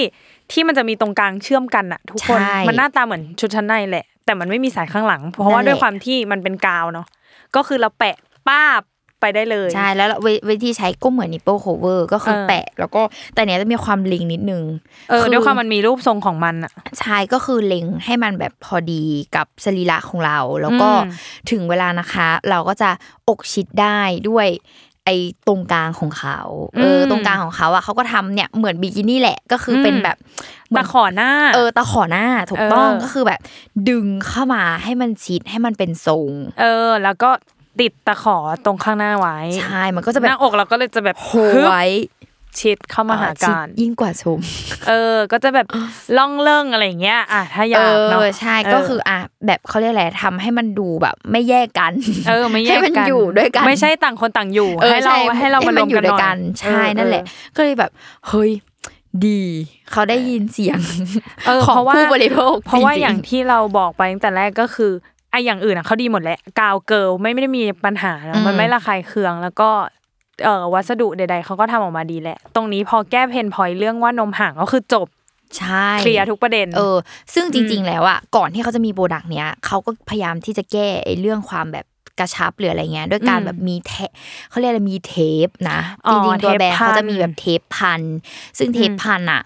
[SPEAKER 3] ที่มันจะมีตรงกลางเชื่อมกันอะทุกคน
[SPEAKER 2] ใช่
[SPEAKER 3] มันหน้าตาเหมือนชุดชั้นในแหละ แต่มันไม่มีสายข้างหลัง เพราะว่า
[SPEAKER 2] นั่นแหละ
[SPEAKER 3] ด้วยความที่มันเป็นกาวเนาะก็คือเราแปะป้าบไปได้เลย
[SPEAKER 2] ใช่แล้วเราวิวิธีใช้ก็เหมือนนิปเปิลโคเวอร์ก็คือ
[SPEAKER 3] เออ
[SPEAKER 2] แปะ แล้วก็แต่เนี้ยจะมีความลิงนิดนึง
[SPEAKER 3] เออด้วยความมันมีรูปทรงของมันอะ
[SPEAKER 2] ใช่ก็คือเล็งให้มันแบบพอดีกับสรีระของเรา แล้วก็
[SPEAKER 3] อืม
[SPEAKER 2] ถึงเวลานะคะ เราก็จะอกชิดได้ด้วยไอ้ตรงกลางของเขาเออตรงกลางของเขาอ่ะเขาก็ทำเนี่ยเหมือนบิกินี่แหละก็คือเป็นแบบเหมื
[SPEAKER 3] ตะ
[SPEAKER 2] น
[SPEAKER 3] ขอหน้า
[SPEAKER 2] เออตะขอหน้าถูกต้อง
[SPEAKER 3] เออ
[SPEAKER 2] ก็คือแบบ ดึงเข้ามาให้มันชิดให้มันเป็นทรง
[SPEAKER 3] เออ แล้วก็ติดตะขอตรงข้างหน้าไว้
[SPEAKER 2] ใช่มันก็จะแบ
[SPEAKER 3] หน้า
[SPEAKER 2] บอก
[SPEAKER 3] เราก็เลยจะแบบ
[SPEAKER 2] โห
[SPEAKER 3] ฮึบ
[SPEAKER 2] ไว้
[SPEAKER 3] ชิดเข้ามาหา
[SPEAKER 2] ชิด
[SPEAKER 3] การ
[SPEAKER 2] ยิ่งกว่าชม
[SPEAKER 3] เออ ก็จะแบบล่องเลิ่งอะไรอย่างเงี้ยอ่ะถ้า
[SPEAKER 2] เอย
[SPEAKER 3] อากเนาะ
[SPEAKER 2] อใช่ก็คืออ่ะแบบเขาเรียกอะไรทำให้มันดูแบบ ไม่แยกกัน
[SPEAKER 3] เออไม่แยก
[SPEAKER 2] ให้มัน
[SPEAKER 3] กัน
[SPEAKER 2] อยู่ด้วยกัน
[SPEAKER 3] ไม่ใช่ต่างคนต่างอยู่
[SPEAKER 2] ออ
[SPEAKER 3] ให้เรา
[SPEAKER 2] ช่
[SPEAKER 3] ให้เรามารวม
[SPEAKER 2] อ
[SPEAKER 3] กัน
[SPEAKER 2] ยู่
[SPEAKER 3] ห
[SPEAKER 2] ด้ว
[SPEAKER 3] น่อย
[SPEAKER 2] ยกันใช่นั่นแหละ ก็เลยแบบเฮ้ยดีเขาได้ยินเสียง
[SPEAKER 3] เออ
[SPEAKER 2] ของ
[SPEAKER 3] เพราะว่า
[SPEAKER 2] ผู้บริโภค
[SPEAKER 3] เพราะว่า
[SPEAKER 2] จงๆ
[SPEAKER 3] อย่างที่เราบอกไปตั้งแต่แรกก็คือไอ้อย่างอื่นอ่ะเขาดีหมดแหละกาวเกิลไม่ไม่ได้มีปัญหานะ
[SPEAKER 2] อืม
[SPEAKER 3] มันไม่ระคายเคืองแล้วก็เออวัสดุใด ๆเขาก็ทำออกมาดีแหละ ตรงนี้พอแก้เพนพอยเรื่องว่านมห่างก็คือจบ
[SPEAKER 2] ใช่
[SPEAKER 3] เคลียร์ทุกประเด็น
[SPEAKER 2] เออ ซึ่งจริง ๆ แล้วอ่ะ ก่อนที่เขาจะมีโปรดักต์เนี้ย เขาก็พยายามที่จะแก้ไอ้เรื่องความแบบกระชับหรืออะไรเงี้ย ด้วยการ
[SPEAKER 3] อืม
[SPEAKER 2] แบบมีเทปเขาเรียกอะไร มีเทปนะ
[SPEAKER 3] อ๋
[SPEAKER 2] จ
[SPEAKER 3] อ
[SPEAKER 2] ริง ๆ ตัวแบรนด์
[SPEAKER 3] เทปพัน
[SPEAKER 2] เขาจะมีแบบเทปพัน ซึ่งเทปพันอ่ะ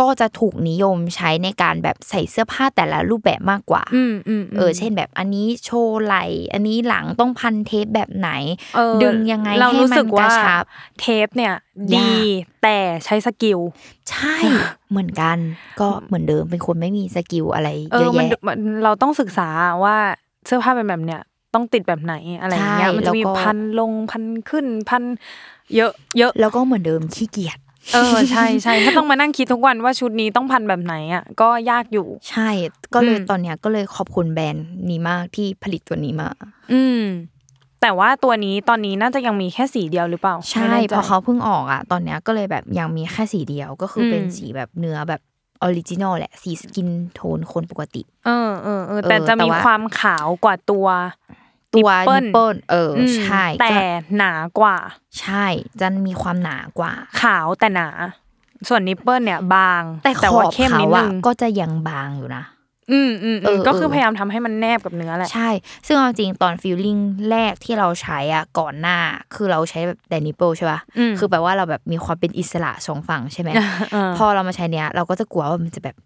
[SPEAKER 2] ก็จะถูกนิยมใช้ในการแบบใส่เสื้อผ้าแต่ละรูปแบบมากกว่า
[SPEAKER 3] อืมอืมม
[SPEAKER 2] เออ เช่นแบบอันนี้โชว์ไหล อันนี้หลังต้องพันเทปแบบไหน
[SPEAKER 3] เออ
[SPEAKER 2] ดึงยังไง
[SPEAKER 3] เรา
[SPEAKER 2] ให้
[SPEAKER 3] รู้
[SPEAKER 2] มั
[SPEAKER 3] สึ
[SPEAKER 2] น
[SPEAKER 3] ก
[SPEAKER 2] ก
[SPEAKER 3] ว่า
[SPEAKER 2] ระชับ
[SPEAKER 3] เทปเนี่ย ดี
[SPEAKER 2] ยาก
[SPEAKER 3] แต่ใช้สกิล
[SPEAKER 2] ใช่ เหมือนกัน ก็เหมือนเดิม เป็นคนไม่มีสกิลอะไร
[SPEAKER 3] เอ
[SPEAKER 2] เย
[SPEAKER 3] อ
[SPEAKER 2] อะ
[SPEAKER 3] มัน
[SPEAKER 2] แยะ
[SPEAKER 3] มันเราต้องศึกษาว่าเสื้อผ้าเป็นแบบเนี้ยต้องติดแบบไหนอะไรอย่างเงี้ย
[SPEAKER 2] ใช่
[SPEAKER 3] มันจะมี
[SPEAKER 2] แล้วก็
[SPEAKER 3] พันลงพันขึ้นพันเยอะเยอะ
[SPEAKER 2] แล้วก็เหมือนเดิมขี้เกียจ
[SPEAKER 3] เออใช่ใช่ถ้าต้องมานั่งคิดทุกวันว่าชุดนี้ต้องพันแบบไหนอ่ะก็ยากอยู่
[SPEAKER 2] ใช่ ก็เลย
[SPEAKER 3] อืม
[SPEAKER 2] ตอนเนี้ยก็เลยขอบคุณแบรนด์นี้มากที่ผลิตตัวนี้มา
[SPEAKER 3] อืม แต่ว่าตัวนี้ตอนนี้น่าจะยังมีแค่สีเดียวหรือเปล่า
[SPEAKER 2] ใช่
[SPEAKER 3] ไม่แน่จ
[SPEAKER 2] เพอเขาเพิ่งออกอ่ะ ตอนเนี้ยก็เลยแบบยังมีแค่สีเดียวก็คืออ
[SPEAKER 3] ม
[SPEAKER 2] เป็นสีแบบเนื้อแบบออริจินอลแหละ สีสกินโทนคนปกติ
[SPEAKER 3] เออเออเออแต่
[SPEAKER 2] เออ
[SPEAKER 3] จะ
[SPEAKER 2] แต่
[SPEAKER 3] มี
[SPEAKER 2] ว่า
[SPEAKER 3] ความขาวกว่าตัว
[SPEAKER 2] ตัว
[SPEAKER 3] นิ
[SPEAKER 2] นิป
[SPEAKER 3] ปเปิ
[SPEAKER 2] เปิ
[SPEAKER 3] ล
[SPEAKER 2] ลเอออ
[SPEAKER 3] ม
[SPEAKER 2] ใช่
[SPEAKER 3] แต่
[SPEAKER 2] จะ
[SPEAKER 3] หนากว่า
[SPEAKER 2] ใช่จะมีความหนากว่า
[SPEAKER 3] ขาวแต่หนา ส่วนนิปเปิลเนี่ยบาง
[SPEAKER 2] แต่ขอบ
[SPEAKER 3] ว่าเข้ม
[SPEAKER 2] เขา
[SPEAKER 3] นิดนึ
[SPEAKER 2] อ่ะ
[SPEAKER 3] ง
[SPEAKER 2] ก็จะยังบางอยู่นะ
[SPEAKER 3] อืมอืม
[SPEAKER 2] เอ
[SPEAKER 3] อืม
[SPEAKER 2] อ
[SPEAKER 3] ก็คือ
[SPEAKER 2] เออ
[SPEAKER 3] พยายามทำให้มันแนบกับเนื้อแหละ
[SPEAKER 2] ใช่ ซึ่งเอาจริงตอนฟิลลิ่งแรกที่เราใช้อ่ะก่อนหน้า คือเราใช้แบบแต่นิปเปิลใช่ป่ะ
[SPEAKER 3] อืม
[SPEAKER 2] คือแปลว่าเราแบบมีความเป็นอิสระสองฝั่งใช่ไหม
[SPEAKER 3] เออ
[SPEAKER 2] พอเรามาใช้เนี้ยเราก็จะกลัวว่ามันจะแบบ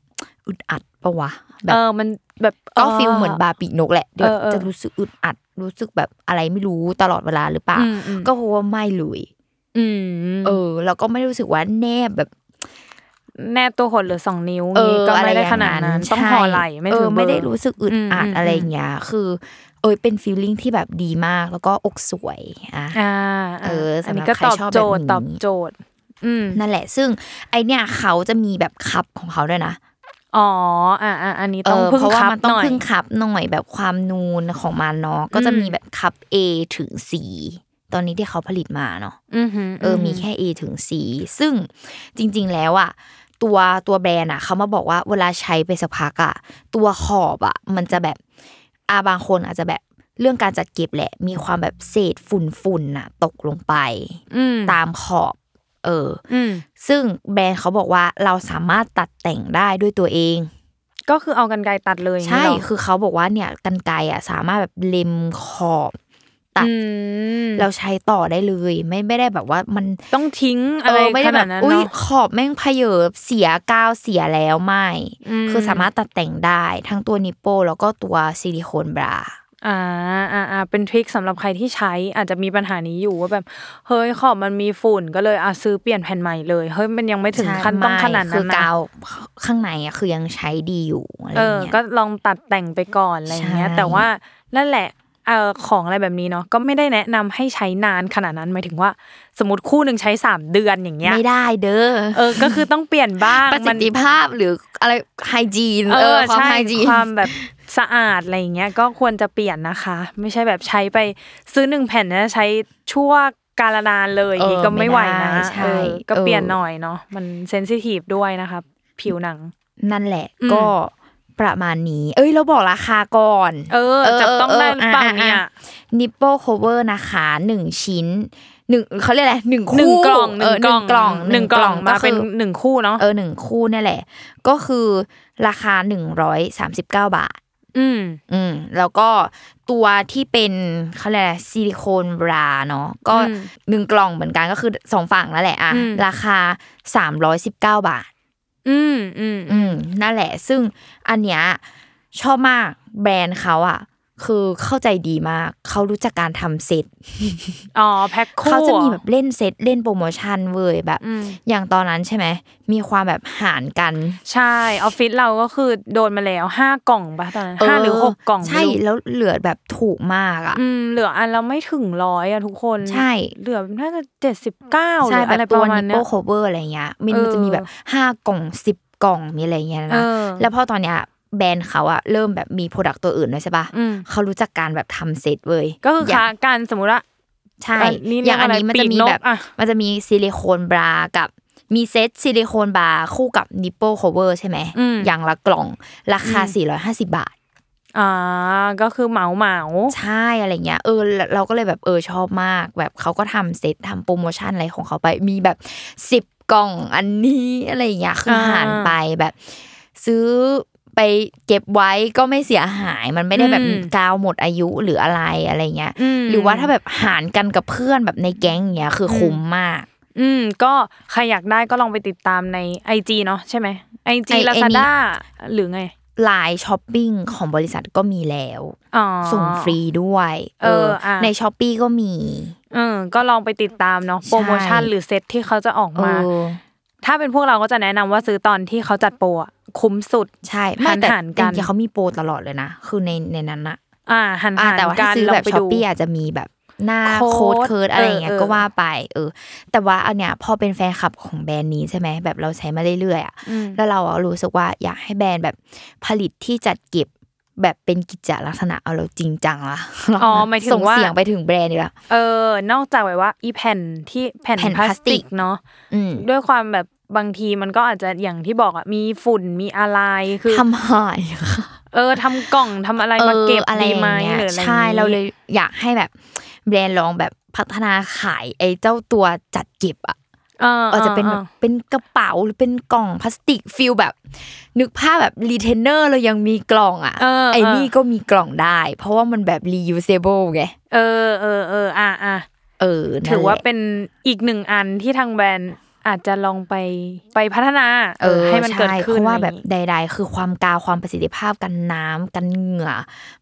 [SPEAKER 2] อึดอัดปะวะแบ
[SPEAKER 3] เอบ อมันแบบ
[SPEAKER 2] ก็
[SPEAKER 3] อ
[SPEAKER 2] ฟิลเหมือนบาปีกนกแหละเดี๋ยว
[SPEAKER 3] เออเออ
[SPEAKER 2] จะรู้สึกอึดอัด รู้สึกแบบอะไรไม่รู้ตลอดเวลาหรือเปล่า
[SPEAKER 3] อืมอืม
[SPEAKER 2] ก็เพราะว่าไม่เลย
[SPEAKER 3] อืม
[SPEAKER 2] เออเราก็ไม่ได้รู้สึกว่าแนบแบบ
[SPEAKER 3] แนบตัวหดหรือสองนิ้ว
[SPEAKER 2] เอ
[SPEAKER 3] งี้
[SPEAKER 2] อ
[SPEAKER 3] ก็
[SPEAKER 2] อะ
[SPEAKER 3] ไม่
[SPEAKER 2] ไร
[SPEAKER 3] ได้
[SPEAKER 2] อย่า
[SPEAKER 3] ข
[SPEAKER 2] ง
[SPEAKER 3] นาด
[SPEAKER 2] นั้น
[SPEAKER 3] นั้นต้อง
[SPEAKER 2] ใช่
[SPEAKER 3] หอไหลไม่
[SPEAKER 2] เอ
[SPEAKER 3] ถึ
[SPEAKER 2] อง ไม่ได้
[SPEAKER 3] เบอ
[SPEAKER 2] รู้สึกอึดอัด
[SPEAKER 3] อืมอืม
[SPEAKER 2] อะไรอย่างเงี้ยคือ เอยเป็นฟีลลิ่งที่แบบดีมากแล้วก็อกสวยอ่ะ
[SPEAKER 3] อ่า
[SPEAKER 2] เออสำหรับ
[SPEAKER 3] นนี้ก็
[SPEAKER 2] ใคร
[SPEAKER 3] ตอบ
[SPEAKER 2] ชอบแบบ
[SPEAKER 3] โจทย์
[SPEAKER 2] นี้
[SPEAKER 3] ตอบโจทย์ อืม
[SPEAKER 2] นั่นแหละ ซึ่งไอเนี่ยเขาจะมีแบบคับของเขาด้วยนะ
[SPEAKER 3] อ๋ออ่าอ่าอันนี้
[SPEAKER 2] เอ
[SPEAKER 3] ต้อง
[SPEAKER 2] อ
[SPEAKER 3] พึ่
[SPEAKER 2] เพ
[SPEAKER 3] ง
[SPEAKER 2] ราะว่า
[SPEAKER 3] คับ
[SPEAKER 2] มันต้อ
[SPEAKER 3] ห
[SPEAKER 2] ง
[SPEAKER 3] น่อย
[SPEAKER 2] พึ่งคับหน่อยแบบความนูนของมันเนาะก็จะมีแบบคับ A ถึง C ตอนนี้ที่เขาผลิตมาเนาะ
[SPEAKER 3] อือหื
[SPEAKER 2] เอออมีแค่ A ถึง C ซึ่งจริงๆแล้วอะตัวตัวแบรนด์อะเขามาบอกว่าเวลาใช้ไปสักพักอะตัวขอบอะมันจะแบบอาบางคนอาจจะแบบเรื่องการจัดเก็บแหละ มีความแบบเศษฝุ่นฝุ่นๆน่ะ ตกลงไป
[SPEAKER 3] อืม
[SPEAKER 2] ตามขอบ เออ
[SPEAKER 3] อืม
[SPEAKER 2] ซึ่งแบรนด์เขาบอกว่าเราสามารถตัดแต่งได้ด้วยตัวเอง
[SPEAKER 3] ก็คือเอากันไกรตัดเลยอย่าง
[SPEAKER 2] ใช่
[SPEAKER 3] นี้เหรอ
[SPEAKER 2] คือเขาบอกว่าเนี่ยกันไกรอะสามารถแบบเล็มขอบตัด
[SPEAKER 3] อืม
[SPEAKER 2] เราใช้ต่อได้เลย ไม่ไม่ได้แบบว่ามัน
[SPEAKER 3] ต้องทิ้งอะไร
[SPEAKER 2] เไม่
[SPEAKER 3] ข
[SPEAKER 2] ได้แบ
[SPEAKER 3] นาด
[SPEAKER 2] บ
[SPEAKER 3] นั้น
[SPEAKER 2] อุ้ย
[SPEAKER 3] เนาะ
[SPEAKER 2] ขอบแม่งเพเยบเสียกาวเสียแล้วไม่
[SPEAKER 3] อืม
[SPEAKER 2] คือสามารถตัดแต่งได้ทั้งตัวนิปโป้แล้วก็ตัวซิลิโคนบรา
[SPEAKER 3] อ่าอ่าอ่าเป็นทริคสำหรับใครที่ใช้อาจจะมีปัญหานี้อยู่ว่าแบบ เฮ้ยขอบมันมีฝุ่นก็เลยอ่ะซื้อเปลี่ยนแผ่นใหม่เลย เฮ้ยมันยังไม่ถึงขั้นต้อง
[SPEAKER 2] ใช่
[SPEAKER 3] ขนาด
[SPEAKER 2] คื
[SPEAKER 3] นั้
[SPEAKER 2] อน
[SPEAKER 3] นะ
[SPEAKER 2] กาวข้างในอะคือยังใช้ดีอยู่อะไร
[SPEAKER 3] เอ
[SPEAKER 2] อย่า
[SPEAKER 3] อ
[SPEAKER 2] งเงี้ย
[SPEAKER 3] ก็ลองตัดแต่งไปก่อนอะไรอย่างเงี้ย
[SPEAKER 2] ใช่
[SPEAKER 3] แต่ว่านั่นแหละเออของอะไรแบบนี้เนาะก็ไม่ได้แนะนำให้ใช้นานขนาดนั้นหมายถึงว่าสมมติคู่หนึ่งใช้สามเดือนอย่างเงี้ย
[SPEAKER 2] ไม่ได้เด้อ
[SPEAKER 3] เออ ก็คือต้องเปลี่ยน บ้าง
[SPEAKER 2] ประสิ
[SPEAKER 3] มั
[SPEAKER 2] ท
[SPEAKER 3] น
[SPEAKER 2] ธิภาพหรืออะไรไฮจีน
[SPEAKER 3] เอ
[SPEAKER 2] เอ
[SPEAKER 3] อ
[SPEAKER 2] อความ
[SPEAKER 3] ใช่
[SPEAKER 2] ไฮจีน
[SPEAKER 3] ความแบบสะอาดอะไรอย่างเงี้ยก็ควรจะเปลี่ยนนะคะ ไม่ใช่แบบใช้ไปซื้อหนึ่งแผ่นนะใช้ชั่วกาลนานเลย
[SPEAKER 2] เออ
[SPEAKER 3] ก็ไม่ไหว
[SPEAKER 2] ไม่
[SPEAKER 3] นะ
[SPEAKER 2] ได้ใช่
[SPEAKER 3] เออก็
[SPEAKER 2] เออ
[SPEAKER 3] เปลี่ยนหน่อยเนาะมันเซนซิทีฟด้วยนะคะผิวหนัง
[SPEAKER 2] นั่นแหละ
[SPEAKER 3] อืม
[SPEAKER 2] ก็ประมาณนี้ เอ้ยเราบอกราคาก่อน
[SPEAKER 3] เออจับต้องได้หรือเปล่าเนี่ย
[SPEAKER 2] นิปเปิลโคเวอร์นะคะหนึ่งชิ้นหนึ่งเขาเรียกอะไรหนึ่ง
[SPEAKER 3] หนึ่ง
[SPEAKER 2] คู่
[SPEAKER 3] กล่อง
[SPEAKER 2] เห
[SPEAKER 3] นึ่งกล่อ
[SPEAKER 2] หนึ่
[SPEAKER 3] ง
[SPEAKER 2] งกล่อง
[SPEAKER 3] หนึ่งกล่องมาเป็น
[SPEAKER 2] ก็คือ
[SPEAKER 3] หนึ่งคู่เนอะ
[SPEAKER 2] เออหนึ่งคู่เนี่ยแหละ ก็คือราคาหนึ่งร้อยสามสิบเก้าบาท
[SPEAKER 3] อืม
[SPEAKER 2] อืมแล้วก็ตัวที่เป็นเขาเรียกอะไรซิลิโคนบราเนาะก็
[SPEAKER 3] อืม
[SPEAKER 2] หนึ่งกล่องเหมือนกันก็คือสองฝั่งนั่นแหละอ่ะ
[SPEAKER 3] อืม
[SPEAKER 2] ราคาสามร้อยสิบเก้าบาท
[SPEAKER 3] อืมอืม
[SPEAKER 2] อืมนั่นแหละ ซึ่งอันเนี้ยชอบมากแบรนด์เขาอ่ะ คือเข้าใจดีมากเขารู้จักการทำเซต
[SPEAKER 3] อ๋อแพ็คคู่
[SPEAKER 2] เขาจะมี
[SPEAKER 3] หรอ
[SPEAKER 2] แบบเล่นเซตเล่นโปรโมชั่นเว้ยแบบ
[SPEAKER 3] อืม
[SPEAKER 2] อย่างตอนนั้นใช่ไหม มีความแบบหารกัน
[SPEAKER 3] ใช่ออฟฟิศเราก็คือโดนมาแล้วห้ากล่องปะตอนนั้นห้าหรือหกกล่องไม่
[SPEAKER 2] ใช่
[SPEAKER 3] รู้
[SPEAKER 2] แล้วเหลือแบบถูกมากอ่ะ
[SPEAKER 3] อืมเหลืออันเราไม่ถึงร้อยอะทุกคน
[SPEAKER 2] ใช่
[SPEAKER 3] เหลือน่าจะเจ็ดสิบเก้าห
[SPEAKER 2] ใช่
[SPEAKER 3] รือ
[SPEAKER 2] แบ
[SPEAKER 3] อะไร
[SPEAKER 2] บ
[SPEAKER 3] ป
[SPEAKER 2] ตัว
[SPEAKER 3] ระมาณ
[SPEAKER 2] นิ
[SPEAKER 3] เนี้
[SPEAKER 2] โป้
[SPEAKER 3] ย
[SPEAKER 2] โคเวอร์อะไรเงี้ยมัน
[SPEAKER 3] เออ
[SPEAKER 2] จะมีแบบห้ากล่องสิบกล่องมีอะไรเงี้ย
[SPEAKER 3] เอ
[SPEAKER 2] นะ
[SPEAKER 3] อ
[SPEAKER 2] แล้วพอตอนเนี้ยแบรนด์เขาอะเริ่มแบบมีโปรดักต์ตัวอื่นด้วยใช่ปะ
[SPEAKER 3] อืม
[SPEAKER 2] เขารู้จักการแบบทำเซตเว้ย
[SPEAKER 3] ก็คือ
[SPEAKER 2] อ
[SPEAKER 3] ค้า
[SPEAKER 2] ย่าง
[SPEAKER 3] กันสมมติว่า
[SPEAKER 2] ใช่
[SPEAKER 3] อันนี้
[SPEAKER 2] อย
[SPEAKER 3] เรีก
[SPEAKER 2] ย่างอันนี้
[SPEAKER 3] อะไร
[SPEAKER 2] มันจะมี
[SPEAKER 3] ปีกนก
[SPEAKER 2] แบบ
[SPEAKER 3] อะ
[SPEAKER 2] มันจะมีซิลิโคนบรากับมีเซตซิลิโคนบราคู่กับนิโป้โคเวอร์ใช่ไหมอย่างละกล่องราคาสี่ร้อยห้าสิบบาท
[SPEAKER 3] อ่าก็คือเหมาเหมา
[SPEAKER 2] ใช่อะไรเงี้ยเออเราเราก็เลยแบบเออชอบมาก แบบเขาก็ทำเซตทำโปรโมชั่นอะไรของเขาไปมีแบบสิบกล่องอันนี้อะไรอย่างเงี้ยคืออา หารไปแบบ ซื้อไปเก็บไว้ก็ไม่เสียหาย มันไม่ได้แบบกาวหมดอายุหรืออะไรอะไรเงี้ยหรือว่าถ้าแบบหารกันกับเพื่อนแบบในแก๊งเงี้ยคือคุ้มมาก
[SPEAKER 3] อืม ก็ใครอยากได้ก็ลองไปติดตามในไอจีเนาะใช่ไหมไอ
[SPEAKER 2] ไอ้
[SPEAKER 3] จีลา
[SPEAKER 2] ไอ้
[SPEAKER 3] ซา
[SPEAKER 2] นี่
[SPEAKER 3] ด้าหรือไง
[SPEAKER 2] ลายช้อปปิ้งของบริษัทก็มีแล้ว
[SPEAKER 3] อ๋อ
[SPEAKER 2] ส่งฟรีด้วย
[SPEAKER 3] เอออ่ะ
[SPEAKER 2] ในช้อปปีก็มี
[SPEAKER 3] เออก็ลองไปติดตามเนาะโปรโมชั่น
[SPEAKER 2] ใช่
[SPEAKER 3] หรือเซตที่เขาจะออก
[SPEAKER 2] เอ
[SPEAKER 3] มา
[SPEAKER 2] อ
[SPEAKER 3] ถ้าเป็นพวกเราก็จะแนะนำว่าซื้อตอนที่เขาจัดโปรอะคุ้มสุด
[SPEAKER 2] ใช่ไม่แต่
[SPEAKER 3] หันๆ
[SPEAKER 2] จ
[SPEAKER 3] กั
[SPEAKER 2] ริ
[SPEAKER 3] น
[SPEAKER 2] งๆเขามีโปรตลอดเลยนะ คือในในนั้นอะ
[SPEAKER 3] อ่าหัน
[SPEAKER 2] อ่า
[SPEAKER 3] หัน
[SPEAKER 2] แต่ว่า
[SPEAKER 3] กั
[SPEAKER 2] ถ้านซื้อ
[SPEAKER 3] ลอ
[SPEAKER 2] แบ
[SPEAKER 3] ง
[SPEAKER 2] บ
[SPEAKER 3] ไป
[SPEAKER 2] ช้อป
[SPEAKER 3] ดู
[SPEAKER 2] ปี้อาจจะมีแบบหน้า
[SPEAKER 3] โค้
[SPEAKER 2] โค้
[SPEAKER 3] ด
[SPEAKER 2] ดเคิร์ดอะไรอย่างเงี้ย
[SPEAKER 3] เออเออ
[SPEAKER 2] ก็ว่าไป เออ แต่ว่าอันเนี้ยพอเป็นแฟนคลับของแบรนด์นี้ใช่ไหมแบบเราใช้มาเรื่อยๆอะแล้วเราอะรู้สึกว่าอยากให้แบรนด์แบบผลิตที่จัดเก็บแบบเป็นกิจลักษณะเอาเราจริงจังละ
[SPEAKER 3] อ๋อหมายถึง
[SPEAKER 2] ส่ง
[SPEAKER 3] ว่า
[SPEAKER 2] เสียงไปถึงแบรนด์ดีกว่า
[SPEAKER 3] เออนอกจากแบบว่าอีแผ่นที่แผ่น
[SPEAKER 2] แผ่น
[SPEAKER 3] พลา
[SPEAKER 2] พลา
[SPEAKER 3] สติก
[SPEAKER 2] สติก
[SPEAKER 3] เนาะ
[SPEAKER 2] อืม
[SPEAKER 3] ด้วยความแบบบางทีมันก็อาจจะอย่างที่บอกอะมีฝุ่นมีอะไรคือ
[SPEAKER 2] ทำหายค่ะ
[SPEAKER 3] เออทำกล่องทำอะไรมาเก็บดีไหมหรืออะไร
[SPEAKER 2] ใช่
[SPEAKER 3] นี้
[SPEAKER 2] เราเลยอยากให้แบบแบรนด์ลองแบบพัฒนาขายไอ้เจ้าตัวจัดเก็บอ่ะ
[SPEAKER 3] เออ
[SPEAKER 2] เออจะเป็นแบบเป็นกระเป๋าหรือเป็นกล่องพลาสติกฟิลแบบ นึกภาพแบบรีเทนเนอร์เรายังมีกล่องอ่ะไอ้นี่ก็มีกล่องได้ เพราะว่ามันแบบ reusable ไง
[SPEAKER 3] เออเออเอออ่ะอ่ะ
[SPEAKER 2] เออนั่นแหละ
[SPEAKER 3] ถือว่าเป็นอีกหนึ่งอันที่ทางแบรนด์ อาจจะลองไปไปพัฒนา
[SPEAKER 2] เออ
[SPEAKER 3] ให้มันเกิด
[SPEAKER 2] ใช่
[SPEAKER 3] ขึ้
[SPEAKER 2] เพ
[SPEAKER 3] น
[SPEAKER 2] ราะว่าแบบ
[SPEAKER 3] อะไรอย่งงี้
[SPEAKER 2] ใด ๆ คือความกาวความประสิทธิภาพกันน้ำกันเหงื่อ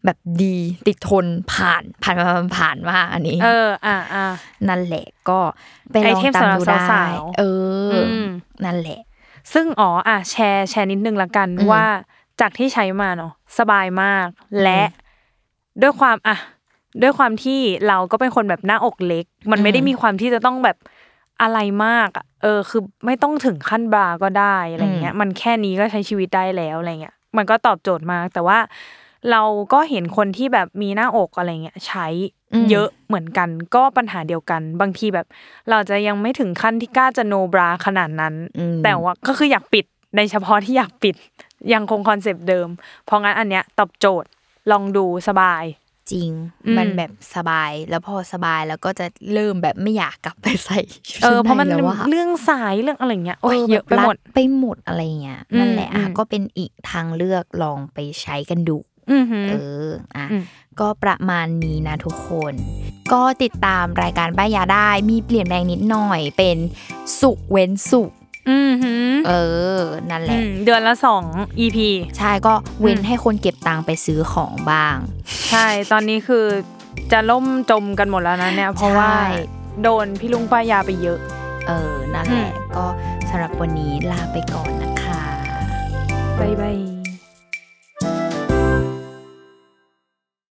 [SPEAKER 2] แบบดีติดทนผ่านผ่านผ่านผ่านมากอันนี้
[SPEAKER 3] เออ อ่าอ่า
[SPEAKER 2] นั่นแหละก็ไปลอง
[SPEAKER 3] ไอเทม
[SPEAKER 2] ตามดู
[SPEAKER 3] สำหรับ
[SPEAKER 2] ได้
[SPEAKER 3] สาวๆ
[SPEAKER 2] เอออ
[SPEAKER 3] ม
[SPEAKER 2] นั่นแหละ
[SPEAKER 3] ซึ่งอ๋ออ่ะแชร์แชร์นิดนึงละกัน
[SPEAKER 2] อืม
[SPEAKER 3] ว่าจากที่ใช้มาเนาะสบายมาก และด้วยความอ่ะด้วยความที่เราก็เป็นคนแบบหน้าอกเล็ก มันไม่ได้
[SPEAKER 2] อืม
[SPEAKER 3] มีความที่จะต้องแบบอะไรมากอะเออ คือไม่ต้องถึงขั้นบราก็ได้อะไรเงี้ย มันแค่นี้ก็ใช้ชีวิตได้แล้วอะไรเงี้ยมันก็ตอบโจทย์มาก แต่ว่าเราก็เห็นคนที่แบบมีหน้าอกอะไรเงี้ยใช้
[SPEAKER 2] อืม
[SPEAKER 3] เยอะเหมือนกัน ก็ปัญหาเดียวกัน บางทีแบบ เราจะยังไม่ถึงขั้นที่กล้าจะโนบราขนาดนั้น
[SPEAKER 2] อืม
[SPEAKER 3] แต่ว่าก็คืออยากปิดในเฉพาะที่อยากปิด ยังคงคอนเซปต์เดิม เพราะงั้นอันเนี้ยตอบโจทย์ลองดูสบาย
[SPEAKER 2] จริง
[SPEAKER 3] อืม
[SPEAKER 2] มันแบบสบายแล้วพอสบายแล้วก็จะเริ่มแบบไม่อยากกลับไปใส่ชุด
[SPEAKER 3] เออเพราะมัน
[SPEAKER 2] ใแล้วอะ
[SPEAKER 3] เรื่องสายเรื่องอะไรเงี้ยโอ้ย
[SPEAKER 2] แบบ
[SPEAKER 3] เยอะไปหมด
[SPEAKER 2] รัดไปหมดอะไรเงี้ย
[SPEAKER 3] อืม
[SPEAKER 2] นั่นแหละอ่ะ
[SPEAKER 3] อืม
[SPEAKER 2] ก็เป็นอีกทางเลือกลองไปใช้กันดู
[SPEAKER 3] อือหือ
[SPEAKER 2] เออ อ่ะ
[SPEAKER 3] อืม
[SPEAKER 2] ก็ประมาณนี้นะทุกคน ก็ติดตามรายการป้ายยาได้ มีเปลี่ยนแปลงนิดหน่อย เป็นสุกร์เว้นสุกร์
[SPEAKER 3] อือหือ
[SPEAKER 2] เออ นั่นแห
[SPEAKER 3] อื
[SPEAKER 2] ละ
[SPEAKER 3] มเดือนละสอง EP
[SPEAKER 2] ใช่ก็เว้นให้คนเก็บตังค์ไปซื้อของบ้าง
[SPEAKER 3] ใช่ตอนนี้คือจะล่มจมกันหมดแล้วนะเนี่ย เพราะว่า
[SPEAKER 2] ใช่
[SPEAKER 3] โดนพี่ลุงป้ายาไปเยอะ
[SPEAKER 2] เออ นั่นแหละ ก็สำหรับวันนี้ลาไปก่อนนะคะ
[SPEAKER 3] บ๊ายบาย